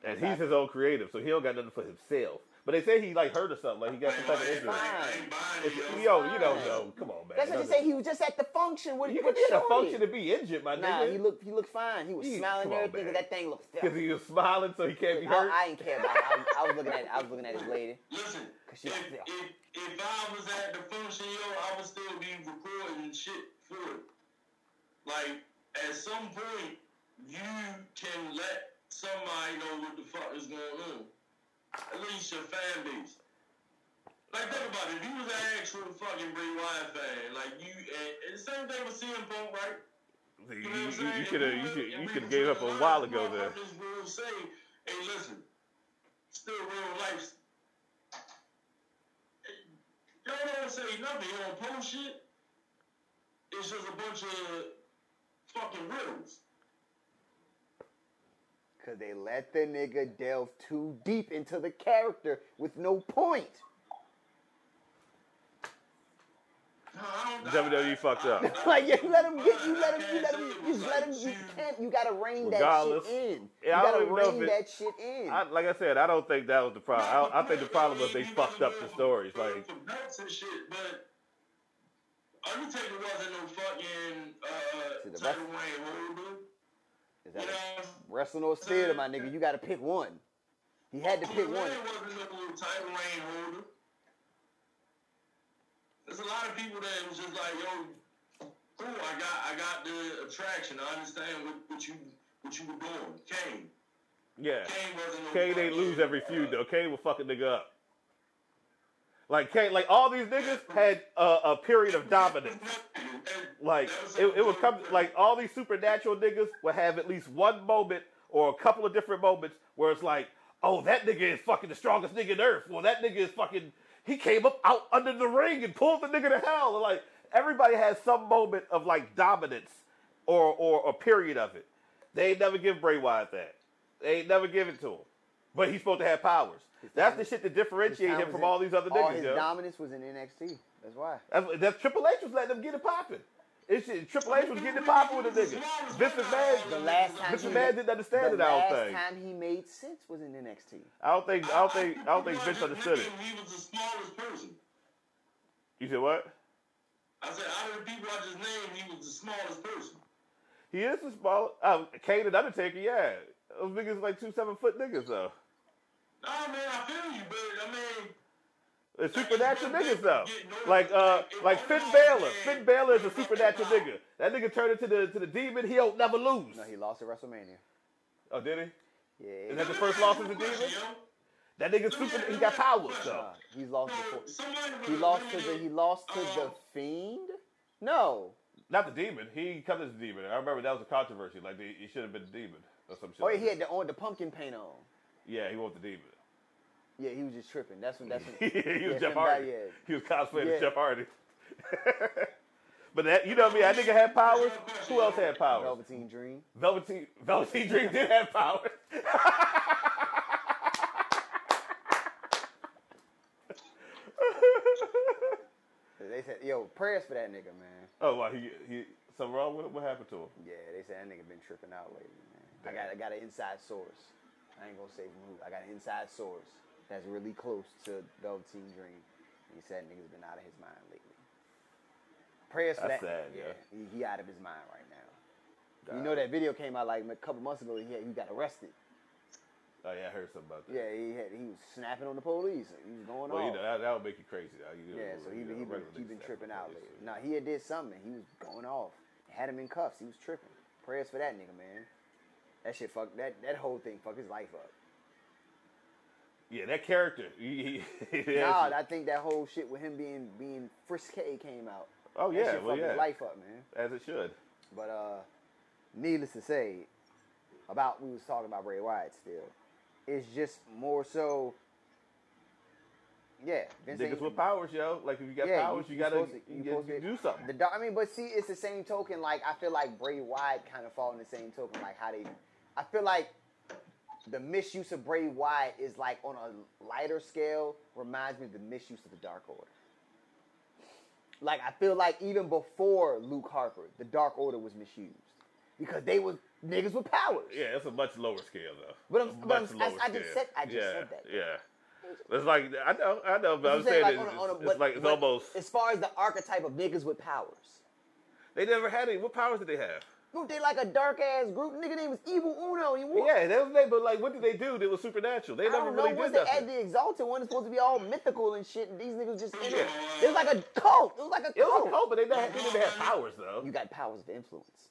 A: And he's his own creative, so he don't got nothing for himself. But they say he like hurt or something, like he got some type of
D: I ain't
A: injury.
D: buying it,
A: It's-
D: yo.
A: yo, you don't know. Come on, man.
B: That's what you say. He was just at the function with
A: You could
B: with
A: be in a
B: Shorty.
A: function to be injured, my
B: Nah,
A: nigga.
B: he looked he looked fine. He was
A: He-
B: smiling and
A: come on,
B: everything.
A: man.
B: But that thing looked.
A: because he was smiling, so he can't be hurt.
B: I, I didn't care about. It. I, was- I was looking at. I was looking at his lady.
D: Listen,
B: Cause
D: if,
B: she oh, out there.
D: if, if I was at the function, yo, I would still be recording shit for it. Like, at some point, you can let somebody know what the fuck is going on. At least your fan base. Like, think about it. If you was an actual fucking Bray Wyatt fan, like, you, and, and the same thing with CM Punk, right?
A: you
D: You know what I'm saying?
A: could have, you
D: If we-
A: could, you
D: if we
A: could have
D: was
A: gave
D: in
A: up a
D: line,
A: while ago there.
D: motherfuckers will say, hey, listen, still real life. Y'all don't say nothing. Y'all don't post shit. It's just a bunch of fucking riddles.
B: Cause they let the nigga delve too deep into the character with no point.
D: Nah, I don't-
A: WWE E fucked up.
B: like you let him get you let him you let him you just let him you can't you gotta rein that
A: Regardless.
B: shit in. You
A: Yeah, I
B: gotta
A: don't even know
B: rein
A: if it-
B: that shit in.
A: I, like I said, I don't think that was the problem. I, I think the problem was they
D: He
A: fucked up
D: wasn't
A: the
D: going
A: stories.
D: for-
A: Like,
D: for belts and shit, but Undertaker wasn't no fucking
B: To
D: uh,
B: the
D: title
B: ref-
D: Wayne holder.
B: Is
D: You
B: that
D: know,
B: a- wrestling or theater, my nigga? You gotta pick one. He had to
D: Cody
B: pick one.
D: Rhodes wasn't no title reign holder. There's a lot of people that was just like, yo, cool, I got I got the attraction. I understand what, what you what you were doing. Kane.
A: yeah,
D: Kane wasn't no
A: Kane they
D: fucking-
A: lose every feud though. Kane will fuck a nigga up. Like Kane, like all these niggas had a, a period of dominance. Like it, it would come like all these supernatural niggas would have at least one moment or a couple of different moments where it's like, oh that nigga is fucking the strongest nigga in earth. Well that nigga is fucking he came up out under the ring and pulled the nigga to hell. And, like everybody has some moment of like dominance or or a period of it. They ain't never give Bray Wyatt that. They ain't never give it to him. But he's supposed to have powers. That's the shit that differentiates him
B: His
A: from all these other niggas.
B: All his
A: yo.
B: dominance was in NXT. That's why.
A: That's, that's Triple H was letting them get it popping. It's shit, Triple H was getting it popping with the niggas. Vince
B: The
A: McMahon,
B: last time
A: Vince
B: he
A: McMahon didn't understand
B: the
A: it. I don't
B: last
A: think.
B: time he made sense was in NXT.
A: I don't think. I don't think. I don't think
D: people
A: Vince
D: are just
A: understood it.
D: thinking He was the smallest person.
A: You said what?
D: I said, out of the people I just named, he was the smallest person.
A: He is the small. Uh, Kane and Undertaker. Yeah, those niggas like two seven foot niggas though.
D: Nah, man, I feel you, but I mean,
A: They're supernatural niggas though. Like uh, like Finn Balor. Finn Balor is a supernatural nigga. That nigga turned into the to the demon. He don't never lose.
B: No, Uh, he lost at WrestleMania.
A: Oh, did he?
B: Yeah,
A: that
D: Let
A: the
D: me
A: first
D: ask
A: loss
D: you
A: is
D: a
A: a
D: question,
A: demon?
D: yo.
A: That nigga's
D: Let me-
A: super.
D: let
A: He
D: me
A: got
D: ask you a
A: powers
D: question.
A: though.
B: nah, he's lost before.
D: So, somebody
B: He
D: was
B: lost to the
D: eliminated,
B: he lost to the
D: um,
B: fiend. No.
A: Not the demon. He come as the demon. I remember that was a controversy. Like they, he should have been the demon or some shit.
B: Oh, yeah,
A: like
B: he had
A: that.
B: the on the pumpkin paint on.
A: yeah, he was the demon.
B: Yeah, he was just tripping. That's when that's when.
A: he was Jeff
B: yeah, Finn
A: Hardy.
B: Balor,
A: He was cosplaying
B: Yeah.
A: as Jeff Hardy. but that you know what I mean. That nigga had powers. Who else had
B: yeah.
A: powers?
B: Velveteen Dream.
A: Velveteen Velveteen Dream did have powers.
B: They said, "Yo, prayers for that nigga, man."
A: oh wow, he he. Something wrong with him? What happened to him?
B: Yeah, they said that nigga been tripping out lately, man.
A: Damn.
B: I got I got an inside source. I ain't gonna say from who. I got an inside source that's really close to Velveteen Dream. And he said nigga's been out of his mind lately. Prayers for
A: That's sad,
B: that. nigga.
A: yeah.
B: He, he out of his mind right now. You know that video came out like a couple months ago. He had, he got arrested.
A: Oh yeah, I heard something about that.
B: Yeah, he had he was snapping on the police. He was going
A: Well,
B: off.
A: you know that, that would make you crazy. Now. You know,
B: Yeah, so
A: you
B: he been,
A: know,
B: he been,
A: regular
B: he
A: niggas that
B: been tripping
A: fuck
B: out
A: with
B: lately.
A: this
B: Nah, he had did something. He was going off. Had him in cuffs. He was tripping. Prayers for that nigga, man. That shit fuck that that whole thing fuck his life up.
A: shit. Yeah, that character. He, he, he
B: nah, I think that whole shit with him being being frisky came out.
A: Oh
B: That
A: yeah,
B: shit
A: well
B: fucked
A: yeah,
B: his life up, man.
A: as it should.
B: But uh, needless to say, about we was talking about Bray Wyatt still. It's just more so. Yeah, Vince
A: Niggas
B: ain't-
A: with powers, yo. Like if you got
B: Yeah,
A: powers, you, gotta
B: supposed to-
A: you
B: supposed
A: gotta
B: to-
A: do something.
B: The dog, I mean, but see, it's the same token. Like I feel like Bray Wyatt kind of fall in the same token. Like how they, I feel like the misuse of Bray Wyatt is like on a lighter scale reminds me of the misuse of the Dark Order. Like I feel like even before Luke Harper, the Dark Order was misused because they was niggas with powers.
A: Yeah, it's a much lower scale though.
B: But I'm-
A: A
B: but
A: much
B: I'm- I-
A: lower
B: I just
A: scale.
B: said- I just
A: yeah,
B: said that.
A: Yeah, it's like I know, I know, but
B: You
A: I'm
B: said,
A: saying
B: like,
A: it's,
B: on a- on a-
A: it's
B: but-
A: like it's
B: but
A: almost
B: as far as the archetype of niggas with powers.
A: they never had any. What powers did they have?
B: Group, they like a dark ass group. Nigga name was Evil Uno. You want?
A: Yeah, that was they. But like, what did they do? That was supernatural. They
B: I
A: never
B: don't know.
A: really
B: Once
A: did
B: they add
A: nothing.
B: the Exalted one, it's supposed to be all mythical and shit. And these niggas just in it.
D: Yeah.
B: It was like a cult. It was like a
A: It was
B: cult.
A: a cult, but they, not, they didn't have powers though.
B: You got powers of influence.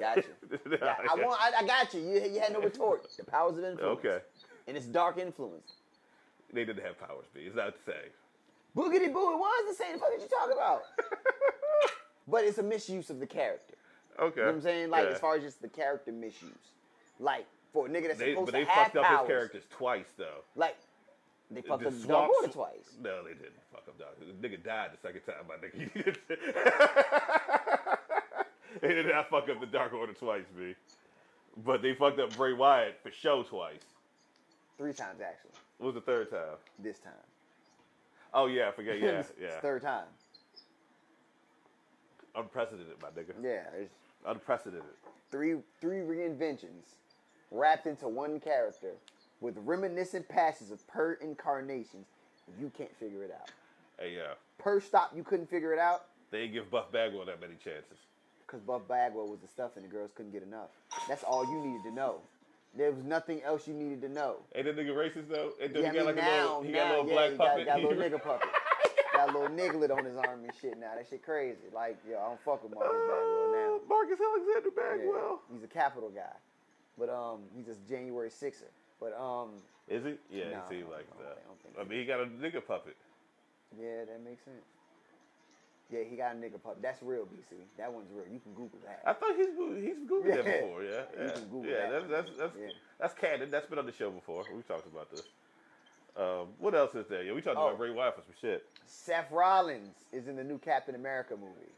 B: Gotcha.
A: Yeah,
B: Yeah, I, want, I, I got you. you. You had no retort. The powers of influence.
A: Okay,
B: And it's dark influence.
A: they didn't have powers. B. It's not the same.
B: Boogity boo. It was the same. The fuck did you talk about? but it's a misuse of the character.
A: Okay,
B: You know what I'm saying? Like
A: Yeah.
B: as far as just the character misuse. Like for a nigga that's
A: they,
B: supposed
A: but they
B: to have
A: fucked up
B: powers.
A: his characters twice though.
B: Like they fucked
A: The
B: up Dark
A: swamp-
B: Order twice.
A: No, they didn't fuck up Dog. The nigga died the second time. My nigga. they did not fuck up the Dark Order twice, B. But they fucked up Bray Wyatt for show twice.
B: Three times actually.
A: What was the third time?
B: This time.
A: Oh yeah, I forget. Yeah,
B: It's the
A: yeah.
B: Third time.
A: Unprecedented, my nigga.
B: Yeah. There's
A: Unprecedented.
B: three three reinventions wrapped into one character with reminiscent passes of per incarnations. and You can't figure it out.
A: Hey, yeah.
B: Per stop, you couldn't figure it out
A: They didn't give Buff Bagwell that many chances.
B: because Buff Bagwell was the stuff and the girls couldn't get enough. That's all you needed to know. There was nothing else you needed to know.
A: Ain't that nigga racist though? And then
B: Yeah,
A: he got
B: I mean,
A: like a little,
B: now,
A: he
B: now,
A: got a little
B: yeah,
A: black
B: he
A: puppet.
B: got, got a little nigga puppet. got a little nigglet on his arm and shit now. That shit crazy. Like, yo, I don't fuck with Marcus Bagwell now.
A: Oh, Marcus Alexander
B: Yeah,
A: Bagwell.
B: He's a capital guy. But um he's just January sixer. But um
A: Is he? Yeah,
B: No,
A: he seemed like that.
B: I don't think- I don't think
A: I mean, he got a nigga puppet.
B: yeah, that makes sense. Yeah, he got a nigga puppet. That's real, BC. That one's real. You can Google that.
A: I thought he's Goo- he's Googled that
B: Yeah.
A: before, yeah.
B: You
A: Yeah,
B: can Google
A: yeah
B: that.
A: that's that's that's,
B: Yeah.
A: that's canon. That's been on the show before. We talked about this. Um, what else is there? Yeah, we talked
B: Oh.
A: about Bray Wyatt for some shit.
B: Seth Rollins is in the new Captain America movie.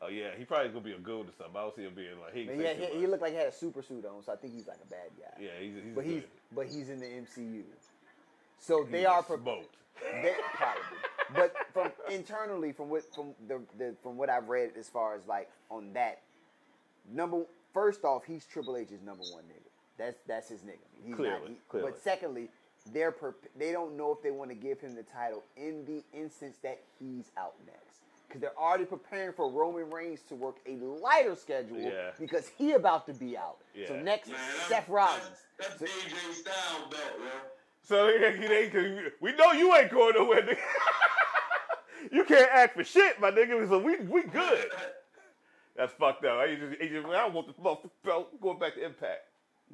A: Oh yeah, he probably gonna be a goon or something. I don't see him being like he.
B: And
A: ain't
B: yeah,
A: say too
B: he, he
A: much.
B: looked like he had a super suit on, so I think he's like a bad guy.
A: yeah, he's, he's
B: but he's
A: good.
B: but he's in the MCU. So they
A: He's
B: are pro-
A: smoked.
B: They, probably. But from internally, from what from the, the from what I've read as far as like on that number, first off, he's Triple H's number one nigga. That's that's his nigga. He's
A: Clearly, clearly.
B: But secondly, they're perp- they don't know if they want to give him the title in the instance that he's out next. Because they're already preparing for Roman Reigns to work a lighter schedule
A: Yeah.
B: because he about to be out. So
A: Yeah.
B: next,
D: Man,
B: Seth Rollins.
D: That's, that's AJ style belt, bro.
A: So they, they, they, we know you ain't going nowhere. Nigga. you can't act for shit, my nigga. So we we good. That's fucked up. I just, I just- I want the motherfucker belt going back to Impact.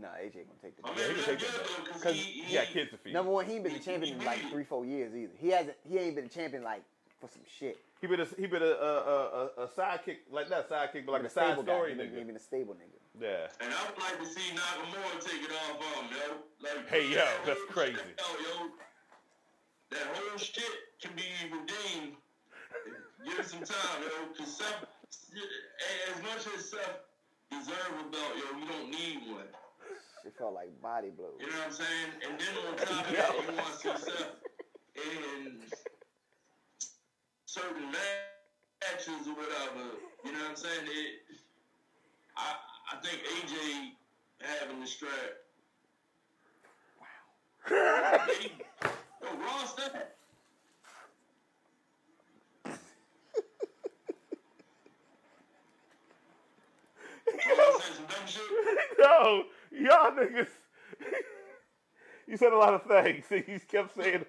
B: Nah, AJ gonna take the.
D: I mean,
A: Yeah, he can take that
D: though,
A: belt.
D: 'cause
A: Cause
D: he-
A: he got
D: he-
A: kids to feed.
B: Number one, he ain't been a champion in like three, four years either. He hasn't. He ain't been a champion like for some shit.
A: He been a he been a a, a, a, a sidekick like not sidekick but like
B: Been
A: a side
B: stable guy.
A: story
B: He been- He
A: nigga.
B: been a stable nigga.
A: Yeah.
D: And I would like to see Nakamura take it off on him, yo. Like,
A: Hey, yo,
D: that
A: that's
D: whole
A: crazy.
D: shit out, yo. That whole shit can be redeemed. Give it some time, yo. Cause Seth, as much as Seth deserve a belt, yo, you don't need one.
B: It felt like body blows.
D: You know what I'm saying? And then on top of that, you want to see Seth in certain matches or whatever. You know what I'm saying? It, I I think AJ having the strap. Wow. Yo, Ross, that. Ross said some dumb shit.
A: no, y'all niggas. you said a lot of things. He kept saying,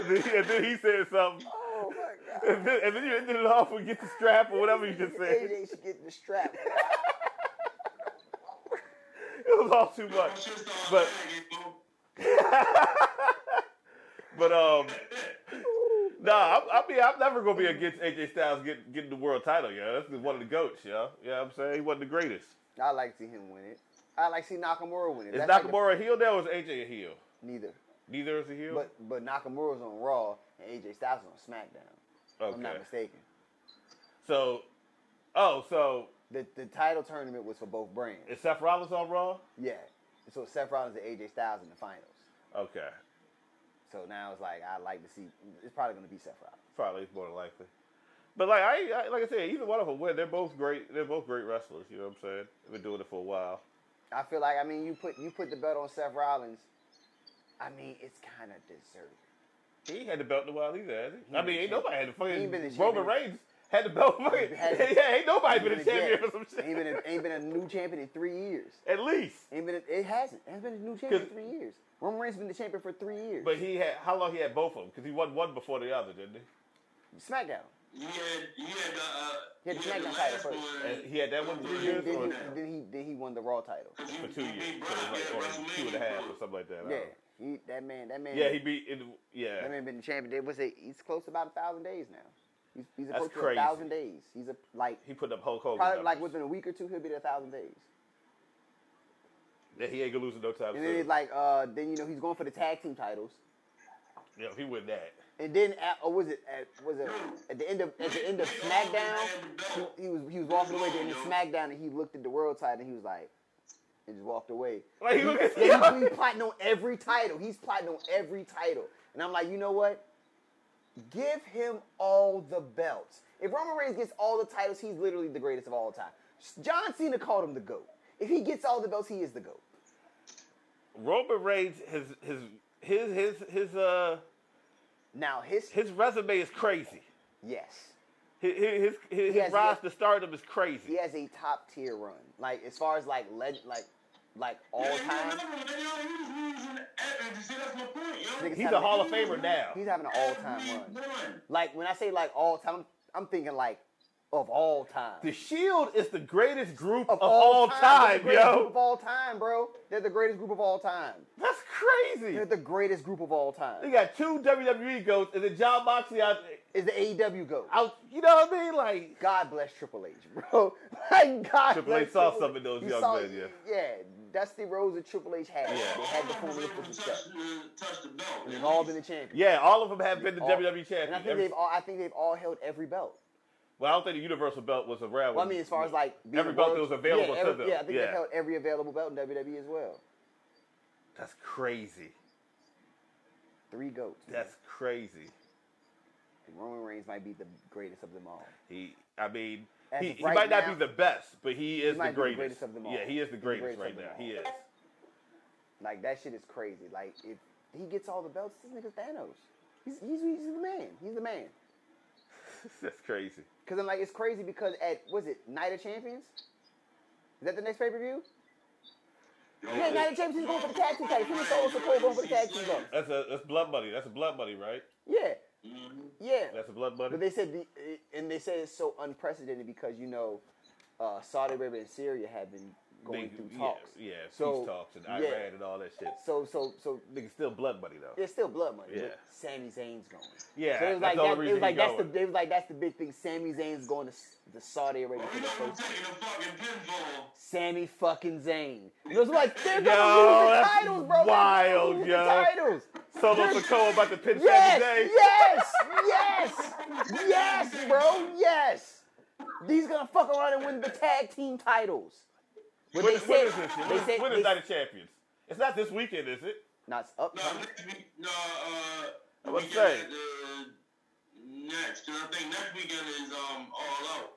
A: and then, and then he said something,
B: Oh my god.
A: and then, and then you ended it off with get the strap or whatever you just said.
B: AJ should get the strap.
A: It was all too much. But-
D: But
A: But um, nah, I, I mean, I'm never gonna be against AJ Styles getting getting the world title, yo. That's one of the goats, yo. Yeah, I'm saying he wasn't the greatest.
B: I like to see him win it. I like to see Nakamura win it.
A: Is
B: That's like
A: Nakamura a heel now or is AJ a heel?
B: the- Neither.
A: Neither is a heel.
B: But but Nakamura's on Raw and AJ Styles is on SmackDown. if I'm not
A: Okay.
B: mistaken.
A: so, oh, so
B: The the title tournament was for both brands.
A: is Seth Rollins on Raw?
B: yeah. So Seth Rollins and AJ Styles in the finals.
A: Okay,
B: So now it's like I like to see. It's probably going to be Seth Rollins.
A: probably more than likely. But like I, I like I said, either one of them win. They're both great. They're both great wrestlers. You know what I'm saying? They've been doing it for a while.
B: I feel like I mean you put you put the belt on Seth Rollins. I mean it's kind of deserved.
A: He ain't had the belt in a while either. Has he?
B: He
A: I mean,
B: been the
A: ain't
B: champ-
A: nobody had the
B: he been the
A: fucking
B: champion.
A: Roman Reigns had the belt. Fucking,
B: had it.
A: yeah, ain't nobody been a
B: yet.
A: champion for some shit.
B: Ain't been a, ain't been a new champion in three years.
A: At least.
B: Ain't been a, it hasn't. It has been a new champion in
A: 'Cause-
B: three years. Roman Reigns been the champion for three years.
A: But he had how long he had both of them? Because he won one before the other, didn't he?
B: SmackDown.
D: He had, he had the, uh,
B: He had the SmackDown
D: last
B: title first.
D: one.
A: And he had that one for
D: Then
A: two
D: he-
A: years,
B: Then, then
A: or
B: he, then he then he won the Raw title.
D: 'Cause
A: for
D: he-
A: two
D: he
A: years,
D: beat
A: so it was
D: Brock
A: like
D: at
A: or two and a half or
D: WrestleMania.
A: something like that. I don't
B: Yeah,
A: know.
B: he, that man. That man.
A: Yeah, he beat. It,
B: That
A: yeah,
B: man been the champion. They- What's it? He's close to about a thousand days now. He's, he's
A: That's
B: approaching
A: crazy.
B: a thousand days. He's a like
A: he put up Hulk Hogan.
B: probably like
A: numbers.
B: within a week or two he'll be at a thousand days.
A: yeah, he ain't gonna lose in no time
B: And then
A: soon.
B: it's like uh, then you know he's going for the tag team titles.
A: yeah, if he win that.
B: And then at, or was it at was it at the end of at the end of SmackDown? He, he was he was walking away at the end of SmackDown and he looked at the world title and he was like, and just walked away.
A: Like he look at
B: Yeah, he, he plotting on every title. He's plotting on every title. And I'm like, you know what? Give him all the belts. If Roman Reigns gets all the titles, he's literally the greatest of all time. John Cena called him the GOAT. If he gets all the belts, he is the GOAT.
A: Roman Reigns his his his his his uh
B: Now his
A: his resume is crazy.
B: yes.
A: His his his,
B: He
A: his
B: has-
A: rise to stardom is crazy.
B: He has a top tier run. Like as far as like leg like like all time. Niggas
A: He's a Hall of Famer now.
B: He's having an all time run. Like when I say like all time, I'm, I'm thinking like of all time.
A: The Shield is the greatest group of,
B: of
A: all time,
B: They're the greatest Group of
A: yo.
B: all time, bro. They're the greatest group of all time.
A: That's crazy.
B: They're the greatest group of all
A: They
B: time.
A: got two WWE goats and then John Moxley out,
B: Is the AEW GOAT.
A: out. You know what I mean? Like
B: God bless Triple H, bro. like God
A: Triple H
B: bless
A: saw
B: Triple
A: some of those
B: He
A: young
B: saw-
A: men, yeah.
B: Yeah, Dusty Rose and Triple H had it.
A: Yeah.
B: They had the formula for success.
D: Touch the belt.
B: They've all been the champions.
A: yeah, all of them have been the
B: All-
A: WWE
B: And I
A: champion.
B: think
A: Every-
B: they've all I think they've all held every belt.
A: well, I don't think the Universal belt was around.
B: Well, I
A: when-
B: mean, as far as like being
A: Every belt that
B: world-
A: was available
B: yeah,
A: to
B: every-
A: them.
B: Yeah, I think
A: Yeah.
B: they've held every available belt in WWE as well.
A: that's crazy.
B: Three goats. man.
A: That's crazy.
B: Roman Reigns might be the greatest of them all.
A: He, I mean,
B: As
A: he,
B: of
A: he
B: right
A: might not
B: now-
A: be the best, but he is
B: might
A: the
B: be the
A: greatest.
B: greatest of them all.
A: Yeah, he is the
B: He's the
A: greatest
B: greatest
A: right
B: of them
A: now.
B: all.
A: He is.
B: Like that shit is crazy. Like if he gets all the belts, this nigga's Thanos. He's, he's, he's the man. He's the man.
A: that's crazy.
B: Cause I'm like it's crazy because at was it Night of Champions? Is that the next pay per view?
A: Oh,
B: Yeah, Night of Champions he's going for the tag team titles. He was so support going for the tag team belts.
A: That's a that's blood money. That's a blood money, right?
B: Yeah, yeah.
A: That's a blood money.
B: But they said the, and they said it's so unprecedented because you know uh, Saudi Arabia and Syria have been going
A: They-
B: through
A: yeah,
B: talks.
A: Yeah,
B: So,
A: peace talks and
B: yeah.
A: Iran and all that shit.
B: So so so
A: Nigga, still blood money though.
B: It's still blood money.
A: Yeah.
B: But Sami Zayn's going.
A: Yeah,
B: So it was
A: that's
B: like
A: the only
B: that, it
A: reason
B: was like
A: he
B: that's
A: going.
B: the it was like that's the big thing. Sami Zayn's going to S- the Saudi Arabia. for the
D: We know who's
B: first time.
D: taking the fucking pinfall.
B: Sammy fucking Zayn. You know, it's like they're gonna
A: Yo,
B: lose the
A: that's
B: titles, bro. They're gonna
A: wild,
B: lose
A: yo.
B: The titles.
A: Solo Sokoa about to pin
B: Yes,
A: Sammy Zayn.
B: yes, yes, yes, bro, yes. These gonna fuck around and win the tag team titles. But
A: When-
B: they
A: when
B: said,
A: is this?
B: they
A: When-
B: said,
A: when
B: they-
A: is Night of Champions? It's not this weekend, is it?
B: Nah, it's up.
D: No, next week. No, uh, the
A: What's
D: weekend
A: that?
D: is, uh, next. 'cause I think next weekend is um all out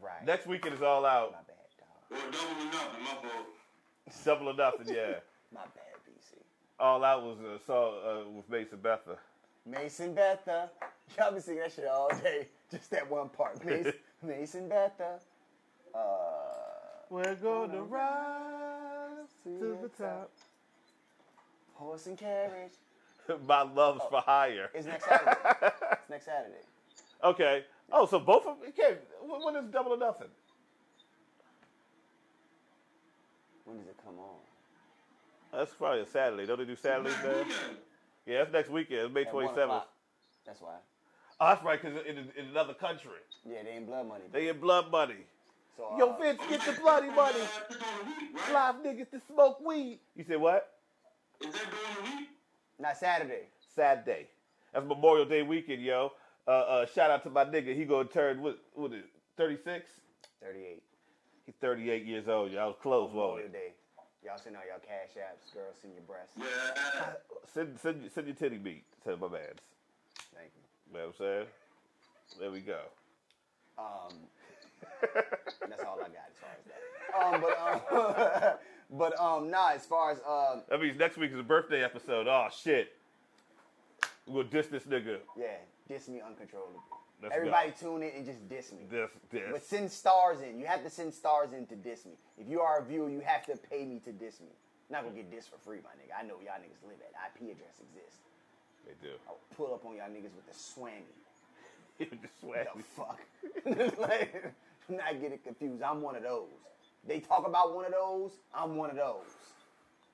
B: Right.
A: Next weekend is all
B: My
A: out.
B: bad, dog.
D: or double or nothing. My fault.
A: Double or nothing. Yeah,
B: My bad, BC.
A: all out was uh, saw uh, with Mason Betha.
B: Mason Betha. Y'all been singing that shit all day. Just that one part. Mason, Mason Betha. Uh,
A: We're gonna rise
B: to the top. horse and carriage.
A: My love's for hire.
B: It's next Saturday. it's next Saturday.
A: Okay. Oh, so both of okay. When when is Double or Nothing?
B: When does it come on?
A: That's probably a Saturday. Don't they do Saturdays
D: Next
A: now?
D: weekend.
A: Yeah, that's next weekend. It's May
B: At one
A: twenty seventh.
B: o'clock. That's why.
A: Oh, that's right, because in, in another country.
B: Yeah, they ain't blood money.
A: They in blood money.
B: so, uh,
A: Yo, Vince, get the bloody money.
D: Uh, it's on the week, right?
A: Live niggas to smoke weed. You said what?
D: Is that during the week?
B: Not Saturday.
A: Saturday. That's Memorial Day weekend, yo. Uh, uh, shout out to my nigga. He gonna turn what? What is thirty six?
B: 38.
A: He's thirty eight years old. Y'all was close,
B: Memorial
A: wasn't it?
B: Day. Y'all send out y'all cash apps, girls, send your breasts.
D: Yeah. I-
A: Send send send your titty meat to my man's.
B: Thank you.
A: You know what I'm saying? There we go.
B: Um, that's all I got as far as that. Um, but um, but um, nah. As far as um,
A: That means next week is a birthday episode. Oh shit. We'll diss this nigga.
B: yeah, diss me uncontrollably.
A: Let's
B: Everybody
A: go.
B: tune in and just diss me.
A: This
B: But
A: this.
B: send stars in. You have to send stars in to diss me. If you are a viewer, you have to pay me to diss me. I'm not gonna get dissed for free, my nigga. I know y'all niggas live at. IP address exists.
A: They do.
B: I'll pull up on y'all niggas with the swammy.
A: Just swag.
B: the fuck? like, not get it confused. I'm one of those. They talk about one of those. I'm one of those.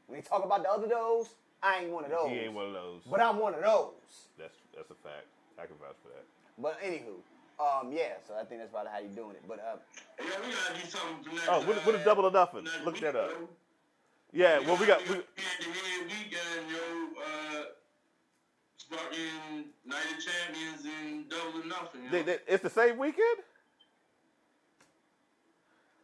B: When they talk about the other those, I ain't one of those.
A: He ain't one of those.
B: But I'm one of those.
A: that's that's a fact. I can vouch for that.
B: But anywho, um, yeah. So I think that's probably how you doing it. But uh,
D: Yeah, we gotta do something for next
A: Oh, what, what is
D: uh,
A: double or nothing?
D: next
A: Look
D: week,
A: that up.
D: yo.
A: Yeah, well we got we,
D: Head-to-head weekend, yo. Uh, fucking Night of Champions and Double or Nothing. Yo.
A: they, they, it's the same weekend?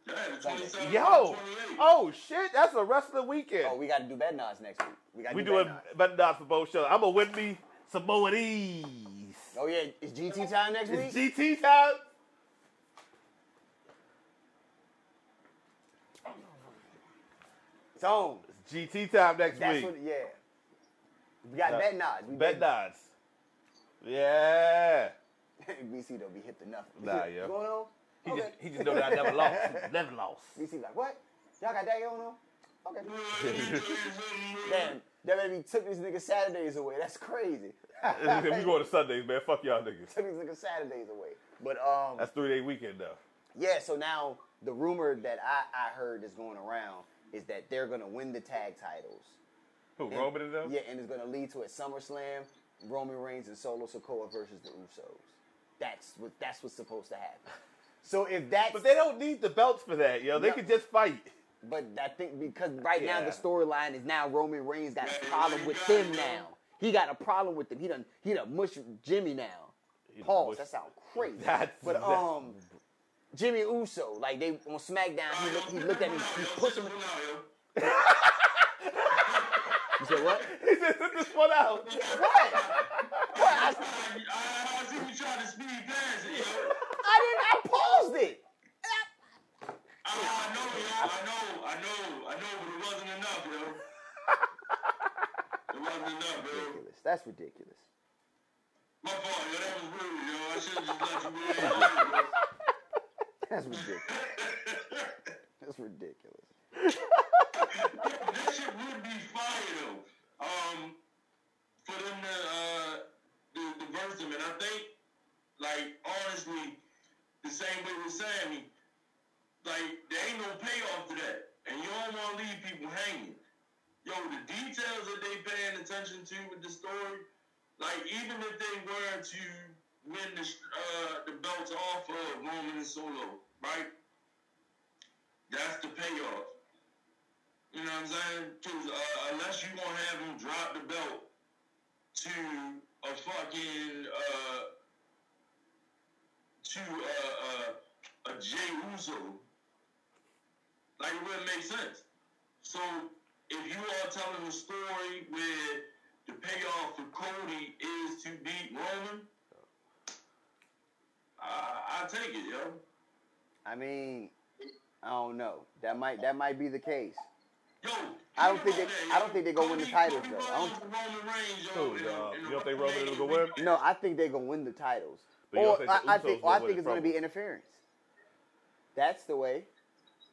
D: yeah, the 27th,
A: Yo!
D: 28th.
A: Oh shit, that's a wrestling weekend.
B: oh, we got to do bed nods next week. We got to
A: we
B: do
A: doing
B: bed nods.
A: better not for both shows. I'm gonna win me some more of these.
B: Oh yeah, it's GT time next week.
A: It's GT time.
B: it's on.
A: It's GT time next
B: That's
A: week.
B: what. Yeah. We got
A: Uh,
B: bed nods. We
A: Bet nods. Yeah.
B: BC don't be hip to nothing.
A: Nah, yeah.
B: What's going on?
A: He,
B: Okay.
A: just, he just know that I never lost. Never lost.
B: BC like, what? Y'all got that going on? Okay.
D: Well, let me tell you something, bro.
B: Damn, that baby took these niggas Saturdays away. That's crazy.
A: we going to Sundays, man. Fuck y'all niggas.
B: took these niggas Saturdays away. But um,
A: That's three day weekend though.
B: yeah. So now the rumor that I I heard is going around is that they're gonna win the tag titles.
A: Who Roman and them?
B: Yeah, and it's gonna lead to a SummerSlam, Roman Reigns and Solo Sokoa versus the Usos. That's what that's what's supposed to happen. So if that's
A: But they don't need the belts for that, yo. They
B: No.
A: could just fight.
B: But I think because right now
A: Yeah.
B: the storyline is now Roman Reigns got a
D: Yeah,
B: problem
D: you
B: with
D: got
B: them now.
D: it, man.
B: He got a problem with them. He done he done mush Jimmy now.
A: He done
B: Pause.
A: mush-
B: That sounds crazy.
A: That's-
B: but
A: that's-
B: um, Jimmy Uso, like they on SmackDown, he, look, he looked at him, he pushed him. You said what?
A: He said, "Sit this one out."
B: What? What? I,
D: I, I, I see you trying to speed past it, yo.
B: I didn't. I paused it.
D: I, I know, yo. I know, I know, I know, but it wasn't enough, yo. It wasn't enough, bro.
B: Ridiculous. That's ridiculous.
D: My fault, yo. That was rude, yo. I should have just let you run it on, yo.
B: That's ridiculous. That's ridiculous.
D: that shit would be fire though. Um, for them to uh, the, the verse them, and I think, like honestly, the same way with Sammy, like there ain't no payoff to that, and you don't want to leave people hanging. Yo, the details that they paying attention to with the story, like even if they were to win the uh, the belts off of Roman and Solo, right? That's the payoff. You know what I'm saying? 'Cause, uh, unless you gonna have him drop the belt to a fucking uh, to uh, uh, a Jey Uso, like it wouldn't make sense. So if you are telling a story where the payoff for Cody is to beat Roman, I I take it, yo.
B: I mean, I don't know. That might that might be the case.
D: Yo,
B: I don't think
D: about
B: they-
D: that,
B: I
D: yo.
B: don't think they gonna win the
D: Cody-
B: titles,
D: Cody
B: though. I
D: Rhodes
B: don't-
D: and Roman Reigns, yo,
A: Who,
D: in
A: uh,
D: a- in a
A: you don't think
D: fucking
A: Roman is
D: main
A: gonna win?
D: event.
B: No, I think they're gonna win the titles.
A: But you don't
B: or
A: think
B: I,
A: the
B: I
A: Usos
B: think,
A: gonna
B: or I
A: win
B: think
A: it
B: it's gonna
A: from
B: be
A: them?
B: interference. That's the way.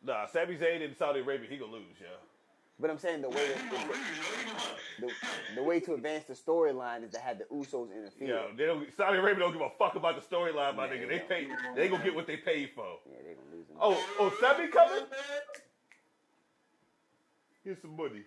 A: Nah, Sami Zayn in Saudi Arabia, he gonna lose, yo.
B: But I'm saying the way
D: He gonna lose, yo. He gonna-
B: the, the way to advance the storyline is to have the Usos interfere.
A: Yo, they don't, Saudi Arabia don't give a fuck about the storyline, my
B: Yeah,
A: nigga.
B: they
A: They
B: don't.
A: pay, they gonna get what they paid for.
B: Yeah, they're gonna lose them.
A: Oh, oh, Sammy coming? Here's some money.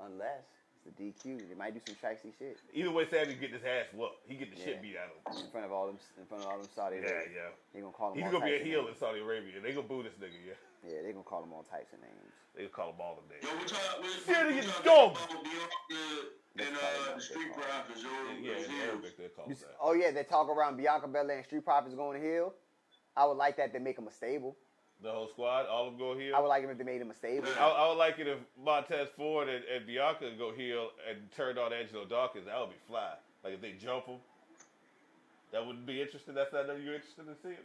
B: Unless it's the DQ, they might do some shysty shit
A: Either way, Sammy getting his ass whooped. He getting the
B: Yeah.
A: shit beat out of him.
B: in front front of all them in front of all them Saudi.
A: Yeah,
B: Arabia.
A: yeah.
B: They gonna call him.
A: He's
B: all
A: gonna be a
B: types of
A: heel in
B: names.
A: Saudi Arabia. They gonna boo this nigga. Yeah,
B: Yeah, they gonna call him all types of names.
A: they gonna call him all the
D: Yo,
A: names.
D: we talk, we,
A: Here
D: we
A: they get
D: talk
A: dog.
D: about Beyonce and uh, the Street Profits. Yo,
A: Yeah,
D: yeah,
A: yeah, Arabic they call him
B: You s-
A: that.
B: oh yeah, they talk around Bianca Belair and Street Profits going to heel. I would like that to make him a stable.
A: The whole squad, all of them go heel.
B: I would like him if they made him a stable.
A: I, I would like it if Montez Ford and, and Bianca go heel and turned on Angelo Dawkins. That would be fly. Like if they jump him, that would be interesting. That's not nothing you're interested in seeing.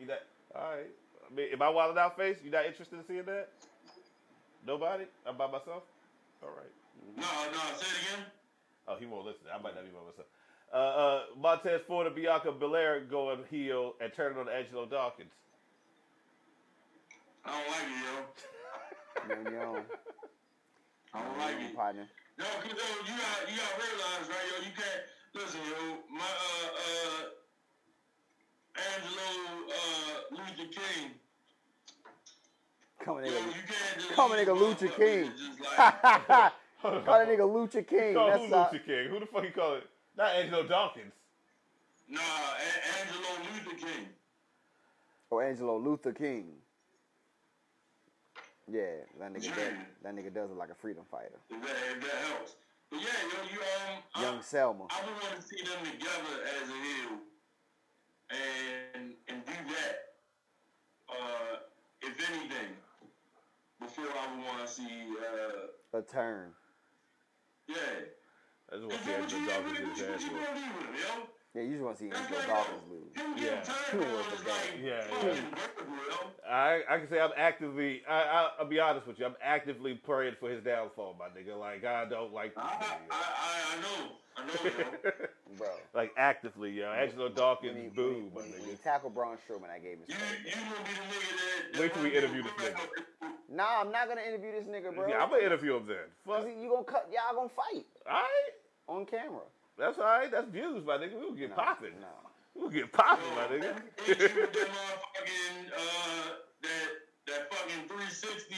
A: You not all right? I mean, am I wilding out face? You not interested in seeing that? Nobody? I'm by myself. All right.
D: No, no, say it again.
A: Oh, he won't listen. I might not be by myself. Uh, uh, Montez Ford and Bianca Belair going heel and turning on Angelo Dawkins.
D: I don't like it, yo.
B: You know, you know,
D: I don't
B: you know,
D: like it.
B: partner.
D: No, cause yo, you got you got realize, right, yo, you can't listen, yo. My uh uh Angelo uh Luther King.
B: Coming
D: Yo,
B: in.
D: you
B: with-
D: can't just
B: Call my
D: leave
B: nigga
D: the
B: Lucha
D: motherfucker
B: King.
D: Just
B: Call
D: like,
B: that
A: Hold on.
B: nigga Lucha King.
A: Call
B: That's
A: who
B: not-
A: Lucha King? Who the fuck you call it? Not Angelo Dawkins.
D: nah, A- Angelo Luther King.
B: or Oh, Angelo Luther King. Yeah, that nigga does,
D: Junior.
B: that nigga does look like a freedom fighter.
D: If that, if that helps. But yeah, yo, you um
B: Young
D: I,
B: Selma.
D: I would want to see them together as a heel, and and do that. Uh, if anything, before I would want to see, uh,
B: A turn.
D: yeah.
A: That's what
D: Cause what would you
A: Angelo
D: get
A: Dawkins
D: rid of?
A: is
D: What
A: his
D: you
A: ass
D: gonna do with him, yo?
B: Yeah, you just want to see
D: That's
B: Angelo
D: like
B: Dawkins
D: yo,
B: lose.
D: him
A: Yeah.
D: getting turned
B: Who
D: on
B: wants
D: is
B: to
D: like
B: go?
A: Yeah,
D: fucking
A: yeah.
D: vertical, yo.
A: I, I can say I'm actively. I, I, I'll be honest with you. I'm actively praying for his downfall, my nigga. Like I don't like this.
D: I,
A: nigga, yo.
D: I, I, I know, I know, yo.
B: Bro.
A: like actively, yo. Angelo
B: When he,
A: Dawkins,
B: when he,
A: boo, my
B: when he- when he
A: nigga.
B: tackled Braun Strowman, I gave him
D: You,
B: some.
D: you gonna be the nigga that. that
A: Wait till we
D: run
A: interview this
D: through-
B: Nah, I'm not gonna interview this nigga, bro.
A: Yeah, I'm gonna interview him then. Fuck.
B: 'Cause he- you gonna cut? Y'all gonna fight
A: All right,
B: on camera?
A: that's all right. That's views, my nigga. We'll get
B: No,
A: popping.
B: No.
A: We'll get popping,
D: Yo,
A: my nigga.
D: hit you uh, with that motherfucking, uh, that, that fucking 360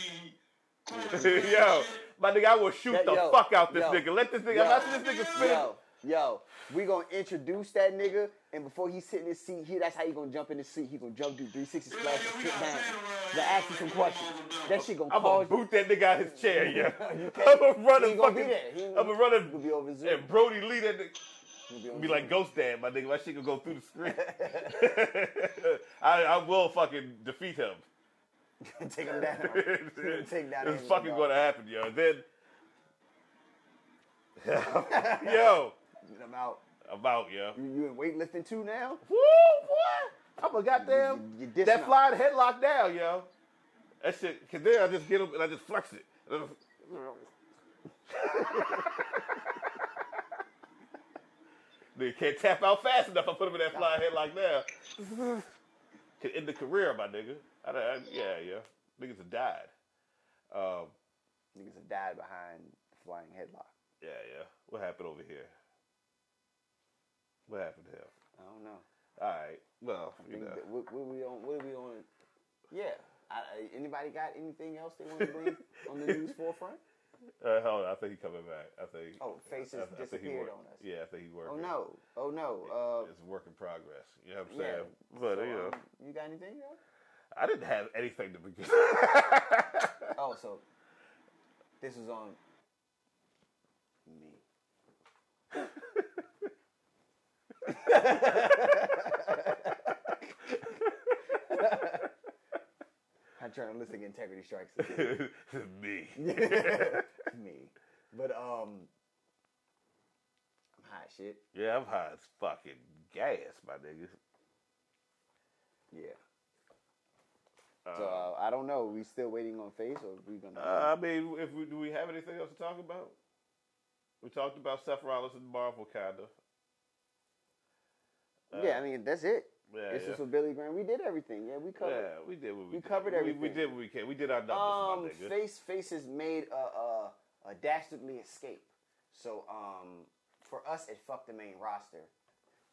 D: corner smash
A: yo,
D: shit.
A: my nigga, I will shoot
B: That-
A: the
B: yo,
A: fuck out this
B: yo,
A: nigga. Let this nigga.
B: yo,
A: let this nigga spin.
B: Yo, yo, we gonna introduce that nigga, and before he sit in his seat, he that's how he gonna jump in his seat. He gonna jump, do 360
D: Yeah,
B: splash,
D: yeah,
B: and
D: we
B: sit
D: got
B: down.
D: Santa around
B: They
D: here,
B: ask you
D: like,
B: some
D: we
B: questions.
D: all about-
B: That shit gonna
A: I'm
B: cause
A: gonna boot that nigga out his chair, yeah.
B: You
A: I'm
B: can't-
A: gonna
B: He
A: run
B: ain't
A: and
B: gonna
A: fucking.
B: be there. He ain't
A: I'm gonna run
B: We'll
A: and,
B: be over Zoom.
A: and Brody Lee that nigga.
B: We'll be, over
A: Be like
B: Zoom.
A: Ghost Dad, my nigga. My shit gonna go through the screen. I, I will fucking defeat him.
B: take him down. take down.
A: it's
B: Angelo
A: fucking
B: Dawkins.
A: gonna happen, yo. And then, yo,
B: I'm out.
A: I'm out, yo.
B: You, you in weightlifting too now?
A: Woo, boy! I'm a goddamn
B: You- you- you dissing
A: that
B: him.
A: flying headlock down, yo. That shit. Cause then I just get him and I just flex it. And I just- Nigga can't tap out fast enough. I put him in that flying headlock now. Could end the career, my nigga. I, don't- I, yeah, yeah. Niggas have died. Um,
B: Niggas have died behind the flying headlock.
A: yeah, yeah. What happened over here? What happened to him?
B: I don't know.
A: All right. Well,
B: I
A: you
B: think
A: know.
B: that- what, what we on? What are we on? Yeah. I, I- anybody got anything else they want to bring on the news forefront?
A: Uh, hold on, I think he's coming back. I think.
B: Oh, Faces
A: I- I think he
B: disappeared
A: work-
B: on us.
A: Yeah, I think he worked.
B: Oh no! Oh no!
A: it's a work in progress. You know what I'm
B: Uh, yeah.
A: saying? But
B: So,
A: you know,
B: um, you got anything else?
A: I didn't have anything to begin.
B: Oh, so this is on me. I'm trying to listen to integrity strikes again.
A: Me.
B: me. But um I'm hot as shit.
A: Yeah, I'm high as fucking gas, my nigga.
B: Yeah.
A: Uh,
B: So uh, I don't know. We still waiting on face or we gonna
A: uh, I mean, if we do, we have anything else to talk about? We talked about Seth Rollins and Marvel, kind of.
B: Yeah, I mean that's it.
A: yeah,
B: this
A: yeah.
B: is for Billy Graham. We did everything. Yeah, we covered
A: Yeah, we did what we,
B: we
A: did.
B: covered
A: We,
B: everything.
A: did what we can. We did our numbers,
B: Um,
A: my nigga.
B: face faces made a, a a dastardly escape. So um, for us at fuck the main roster,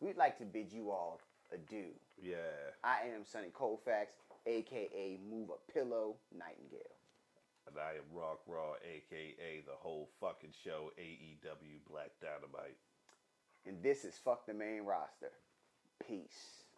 B: we'd like to bid you all adieu.
A: yeah.
B: I am Sonny Colfax, aka Move a Pillow Nightingale.
A: And I am Rock Raw, aka the whole fucking show, AEW Black Dynamite.
B: and this is fuck the main roster. Peace.